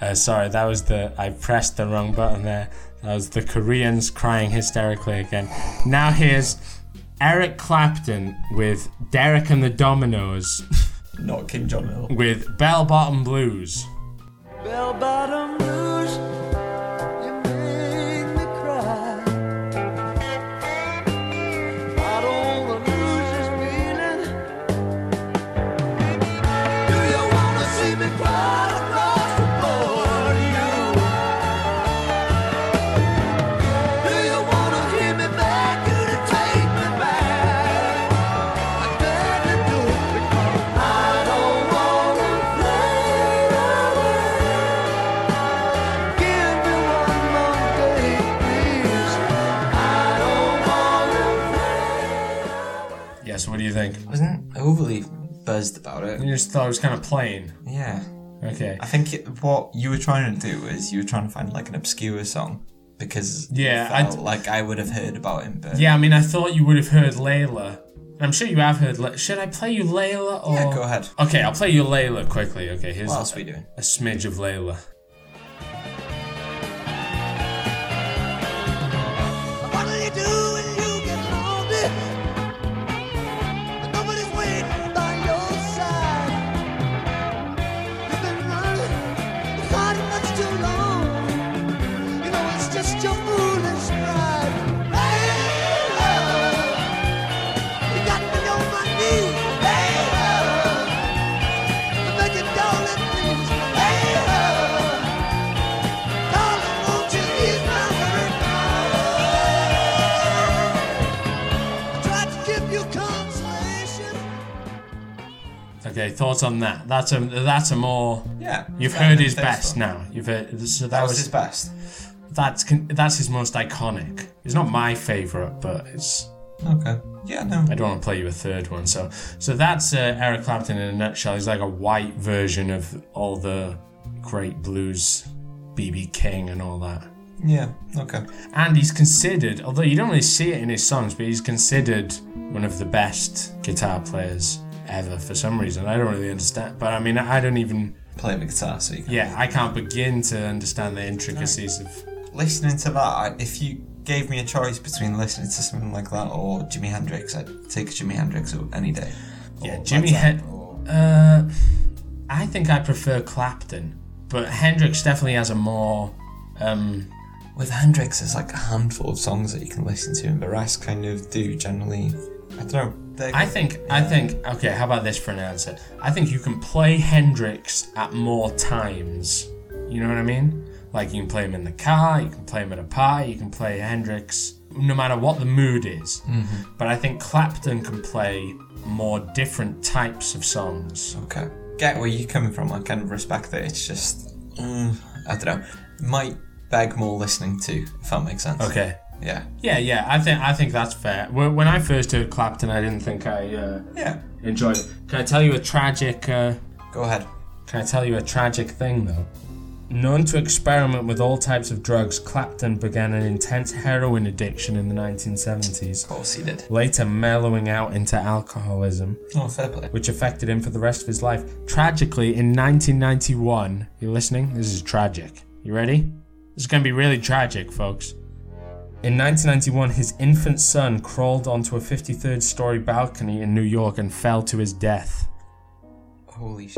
A: Uh, sorry, that was the. I pressed the wrong button there. That was the Koreans crying hysterically again. Now here's Eric Clapton with Derek and the Dominoes
B: Not Kim Jong Il.
A: with Bell Bottom Blues.
E: Bell bottom blues, you make me cry. I don't wanna lose this feeling. Do you wanna see me cry across the board? You. Do you wanna hear me back? You to take me back? I gladly do it because I don't wanna fade away. Give me one more day, please. I don't wanna
A: Yeah, so what do you think?
B: I wasn't overly buzzed about it.
A: You just thought it was kind of plain.
B: Yeah.
A: Okay.
B: I think it, what you were trying to do is you were trying to find like an obscure song because you
A: Yeah, I
B: felt
A: d-
B: like I would have heard about him, but
A: Yeah, I mean, I thought you would have heard Layla. I'm sure you have heard. Le- Should I play you Layla or?
B: Yeah, go ahead.
A: Okay, I'll play you Layla quickly. Okay, here's
B: What else are we doing?
A: a smidge of Layla.
E: What'll you do when you get lonely? Nobody's waiting by your side. You've been running, hard much too long. You know it's just your foolish pride. Layla, you got me on my knees. Layla, you're making darling things. Layla. Darling, won't you ease my hurt now? I tried to give you consolation.
A: Okay, thoughts on that? That's a that's a more.
B: Yeah.
A: You've
B: Yeah,
A: heard his
B: thanks,
A: best
B: though.
A: now. You've heard, so that,
B: That
A: was,
B: was his best.
A: that's con- that's his most iconic. It's not my favorite, but it's.
B: Okay. Yeah, no.
A: I don't want to play you a third one. So so that's uh, Eric Clapton in a nutshell. He's like a white version of all the great blues, BB King and all that.
B: Yeah, okay.
A: And he's considered, although you don't really see it in his songs, but he's considered one of the best guitar players ever for some reason. I don't really understand. But I mean, I don't even,
B: Play the guitar so you can.
A: yeah, I can't begin to understand the intricacies of.
B: Listening to that, I- if you gave me a choice between listening to something like that or Jimi Hendrix, I'd take Jimi Hendrix o- any day.
A: Yeah,
B: Or
A: Jimi
B: Led
A: Hen-
B: Zeppelin or-
A: Uh, I think I prefer Clapton, but Hendrix definitely has a more. Um,
B: With Hendrix, there's like a handful of songs that you can listen to, and the rest kind of do generally. I don't know. they're-
A: I think, I think, okay, how about this for an answer? I think you can play Hendrix at more times. You know what I mean? Like you can play him in the car, you can play him at a party, you can play Hendrix no matter what the mood is. But I think Clapton can play more different types of songs.
B: Okay. get where you're coming from. I kind of respect that. It's just, mm, I don't know. Might beg more listening to, if that makes sense.
A: Okay.
B: Yeah.
A: Yeah, yeah. I think I think that's fair. When when I first heard Clapton, I didn't think I uh,
B: Yeah.
A: enjoyed it. Can I tell you a tragic? Uh,
B: Go ahead.
A: Can I tell you a tragic thing though? Known to experiment with all types of drugs, Clapton began an intense heroin addiction in the 1970s,
B: Of course he did.
A: later mellowing out into alcoholism,
B: Oh, fair play.
A: which affected him for the rest of his life. Tragically, in 1991, you listening? This is tragic. You ready? This is going to be really tragic, folks. In 1991, his infant son crawled onto a 53rd story balcony in New York and fell to his death.
B: Holy sh.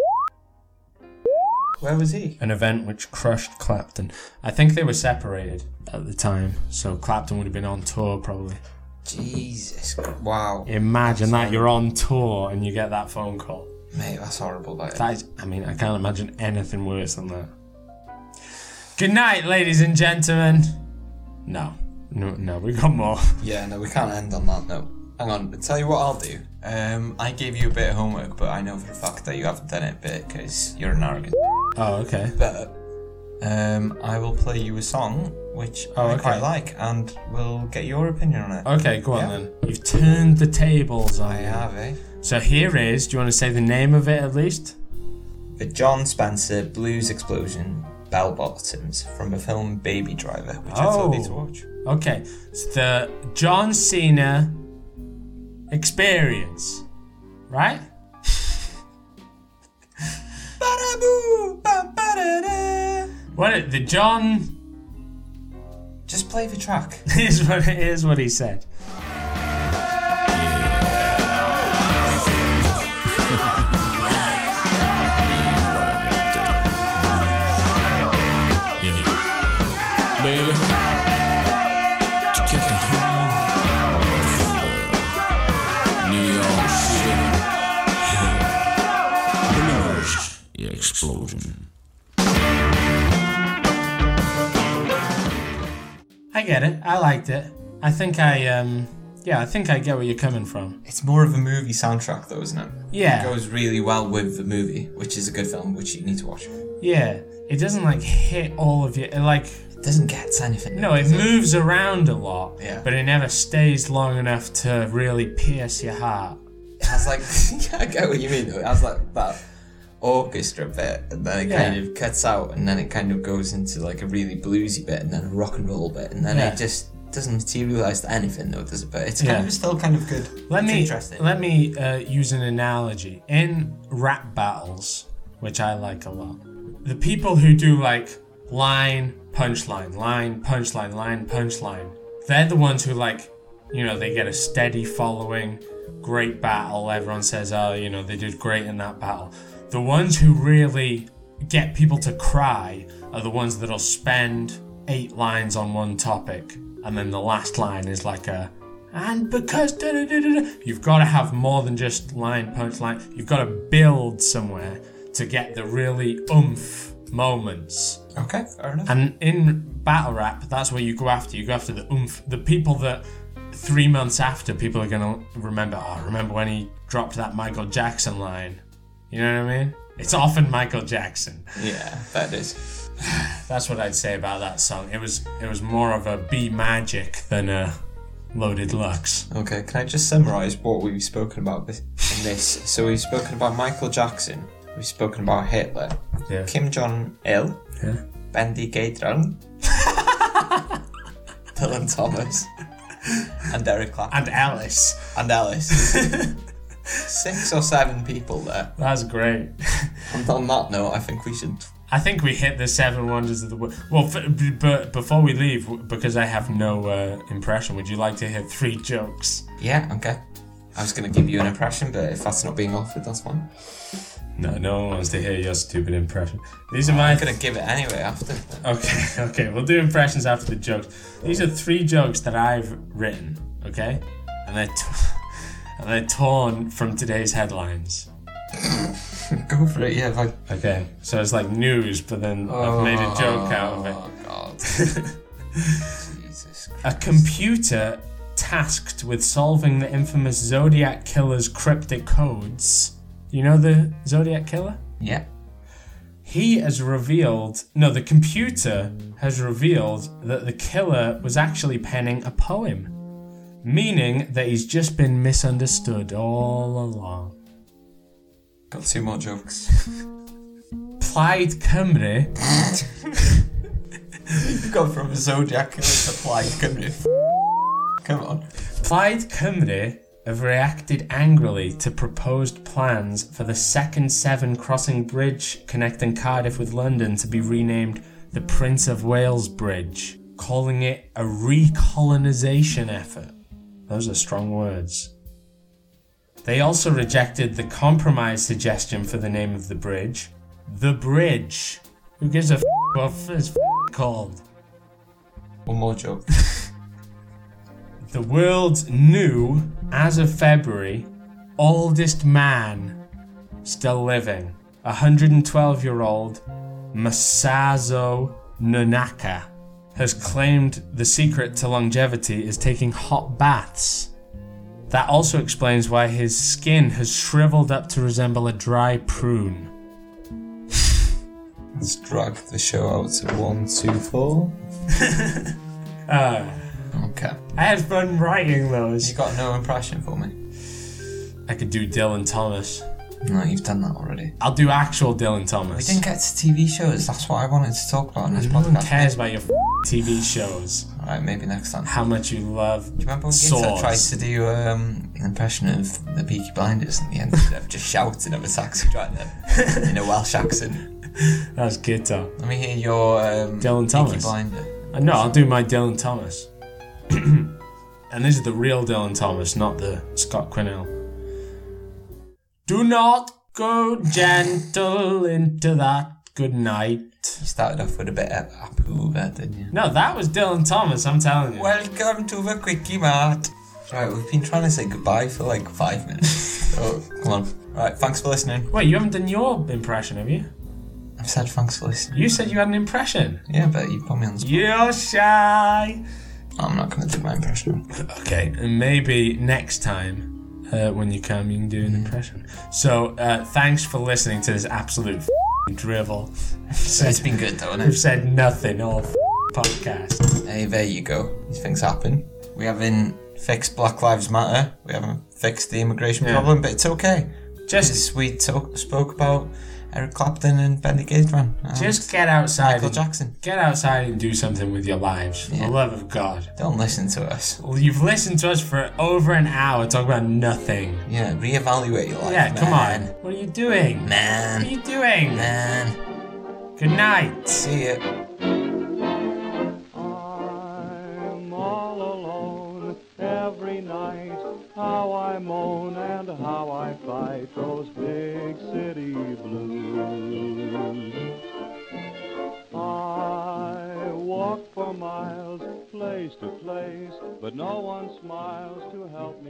B: Where was he?
A: an event which crushed Clapton. I think they were separated at the time, so Clapton would have been on tour probably.
B: Jesus. Wow.
A: Imagine that you're on tour and you get that phone call.
B: Mate, that's horrible. That is.
A: That is, I mean, I can't imagine anything worse than that. Good night, ladies and gentlemen. No, no, no, we got more.
B: Yeah, no, we can't end on that note. Hang on, tell you what I'll do. Um, I gave you a bit of homework, but I know for a fact that you haven't done it because you're an arrogant. <laughs>
A: Oh, okay.
B: But um, I will play you a song which
A: Oh,
B: I
A: okay. Oh.
B: quite like, and we'll get your opinion on it.
A: Okay, go on
B: Yeah.
A: then. You've turned the tables on
B: I
A: me.
B: have, eh?
A: So here is, do you want to say the name of it at least?
B: The John Spencer Blues Explosion Bell Bottoms from the film Baby Driver, which I told you to
A: Oh.
B: watch.
A: Okay, it's the John Cena experience, right?
B: Ba-da-boo, ba-ba-da-da.
A: What it, the John
B: Just play the track.
A: <laughs> is what it is what he said.
F: baby. To get the home. New York City. Blues. Explosion.
A: I get it. I liked it. I think I um yeah, I think I get where you're coming from.
B: It's more of a movie soundtrack, though, isn't it?
A: Yeah.
B: It goes really well with the movie, which is a good film, which you need to watch. It
A: Yeah. It doesn't like hit all of you. It, like
B: doesn't get to anything.
A: no, it
B: does
A: moves around a lot,
B: Yeah.
A: but it never stays long enough to really pierce your heart.
B: It has like, <laughs> yeah, I get what you mean, though. It has like that orchestra bit, and then it
A: Yeah.
B: kind of cuts out, and then it kind of goes into like a really bluesy bit, and then a rock and roll bit, and then
A: Yeah.
B: it just doesn't materialize to anything, though, does it? But it's
A: Yeah.
B: kind of still kind of good.
A: Let
B: It's
A: me
B: Interesting.
A: let me uh, use an analogy in rap battles, which I like a lot. The people who do like line punchline, line punchline, line punchline, they're the ones who like, you know, they get a steady following, great battle. Everyone says, oh, you know, they did great in that battle. The ones who really get people to cry are the ones that'll spend eight lines on one topic, and then the last line is like a and because da da da da, da. you've got to have more than just line punchline. You've got to build somewhere to get the really oomph moments.
B: okay, fair enough.
A: And in battle rap, that's what you go after. You go after the oomph, the people that three months after people are gonna remember. Oh, remember when he dropped that Michael Jackson line? You know what I mean? It's often Michael Jackson.
B: yeah, that is.
A: That's what I'd say about that song. It was it was more of a B magic than a loaded lux.
B: Okay, can I just summarise what we've spoken about this, in this? So we've spoken about Michael Jackson, we've spoken about Hitler,
A: Yeah.
B: Kim Jong Il,
A: Yeah.
B: Bendy Gaydron, <laughs> Dylan Thomas, and Eric Clapton,
A: And Alice.
B: and Alice. <laughs> Six or seven people there.
A: That's great.
B: And on that note, I think we should.
A: I think we hit the seven wonders of the world. Well, f- b- but before we leave, w- because I have no uh, impression, would you like to hear three jokes?
B: Yeah, okay. I was going to give you an impression, but if that's not being offered, that's fine.
A: No, no one wants to hear your stupid impression. These are my.
B: I'm going to give it anyway after.
A: <laughs> Okay, okay, we'll do impressions after the jokes. These are three jokes that I've written, okay, and they're t- <laughs> and they're torn from today's headlines.
B: Go for it, yeah. Like,
A: Okay, so it's like news, but then I've made a joke out of it.
B: Oh, <laughs> God. Jesus
A: A computer tasked with solving the infamous Zodiac Killer's cryptic codes. You know the Zodiac Killer?
B: Yeah.
A: He has revealed, no, the computer has revealed that the killer was actually penning a poem, meaning that he's just been misunderstood all along.
B: Got two more jokes.
A: Plaid Cymru
B: You've gone from Zodiac to Plaid Cymru. Come on.
A: Plaid Cymru have reacted angrily to proposed plans for the second Severn Crossing Bridge connecting Cardiff with London to be renamed the Prince of Wales Bridge, calling it a recolonisation effort. Those are strong words. They also rejected the compromise suggestion for the name of the bridge, The Bridge. Who gives a f what f- it's f- called?
B: One more joke.
A: The world's new, as of February, oldest man still living. 112 year old Masazo Nonaka has claimed the secret to longevity is taking hot baths. That also explains why his skin has shriveled up to resemble a dry prune.
B: Let's drag the show out to one,
A: <laughs>
B: two, four. Okay.
A: I had fun writing those.
B: You got no impression for me?
A: I could do Dylan Thomas.
B: No, you've done that already.
A: I'll do actual Dylan
B: We
A: Thomas.
B: didn't get to TV shows. That's what I wanted to talk about in this
A: No one
B: podcast.
A: cares about your f- TV shows.
B: All right, maybe next time.
A: How much you love
B: Remember when Gator
A: swords.
B: tried to do um, an impression of the Peaky Blinders and he ended up just shouting at a taxi driver in a Welsh accent?
A: That was Guitar.
B: Let me hear your um,
A: Dylan
B: Peaky
A: Thomas.
B: Blinder.
A: Uh, No, I'll do my Dylan Thomas. <clears throat> and this is the real Dylan Thomas, not the Scott Quinnell. Do not go gentle into that good night.
B: You started off with a bit of Apu there, didn't you?
A: No, that was Dylan Thomas, I'm telling you.
B: Welcome to the Quickie Mart. Right, we've been trying to say goodbye for like five minutes. so, come on. Right, thanks for listening.
A: Wait, you haven't done your impression, have you?
B: I've said thanks for listening.
A: You said you had an impression.
B: Yeah, but you put me on the spot.
A: You're shy.
B: I'm not going to do my impression.
A: Okay, and maybe next time uh, when you come, you can do an
B: Mm.
A: impression. So, uh, thanks for listening to this absolute f***ing drivel. <laughs>
B: It's been good though,
A: We've
B: hasn't
A: said nothing all f***ing podcast.
B: it? Hey, there you go. These things happen. We haven't fixed Black Lives Matter. We haven't fixed the immigration
A: Yeah.
B: problem, but it's okay.
A: Just,
B: Because we talk, spoke about Eric Clapton and Benny Gaitman. and
A: just get outside.
B: Michael
A: and-
B: Jackson.
A: Get outside and do something with your lives. For the love of God.
B: Don't listen to us.
A: Well, you've listened to us for over an hour talking about nothing.
B: Yeah, reevaluate your life.
A: Yeah, come on.
B: man.
A: What are you doing? What are
B: Man.
A: you doing?
B: Man.
A: Good night.
B: See ya.
G: I'm all alone every night. How I moan and how I fight those big city blues. I walk for miles, place to place, but no one smiles to help me.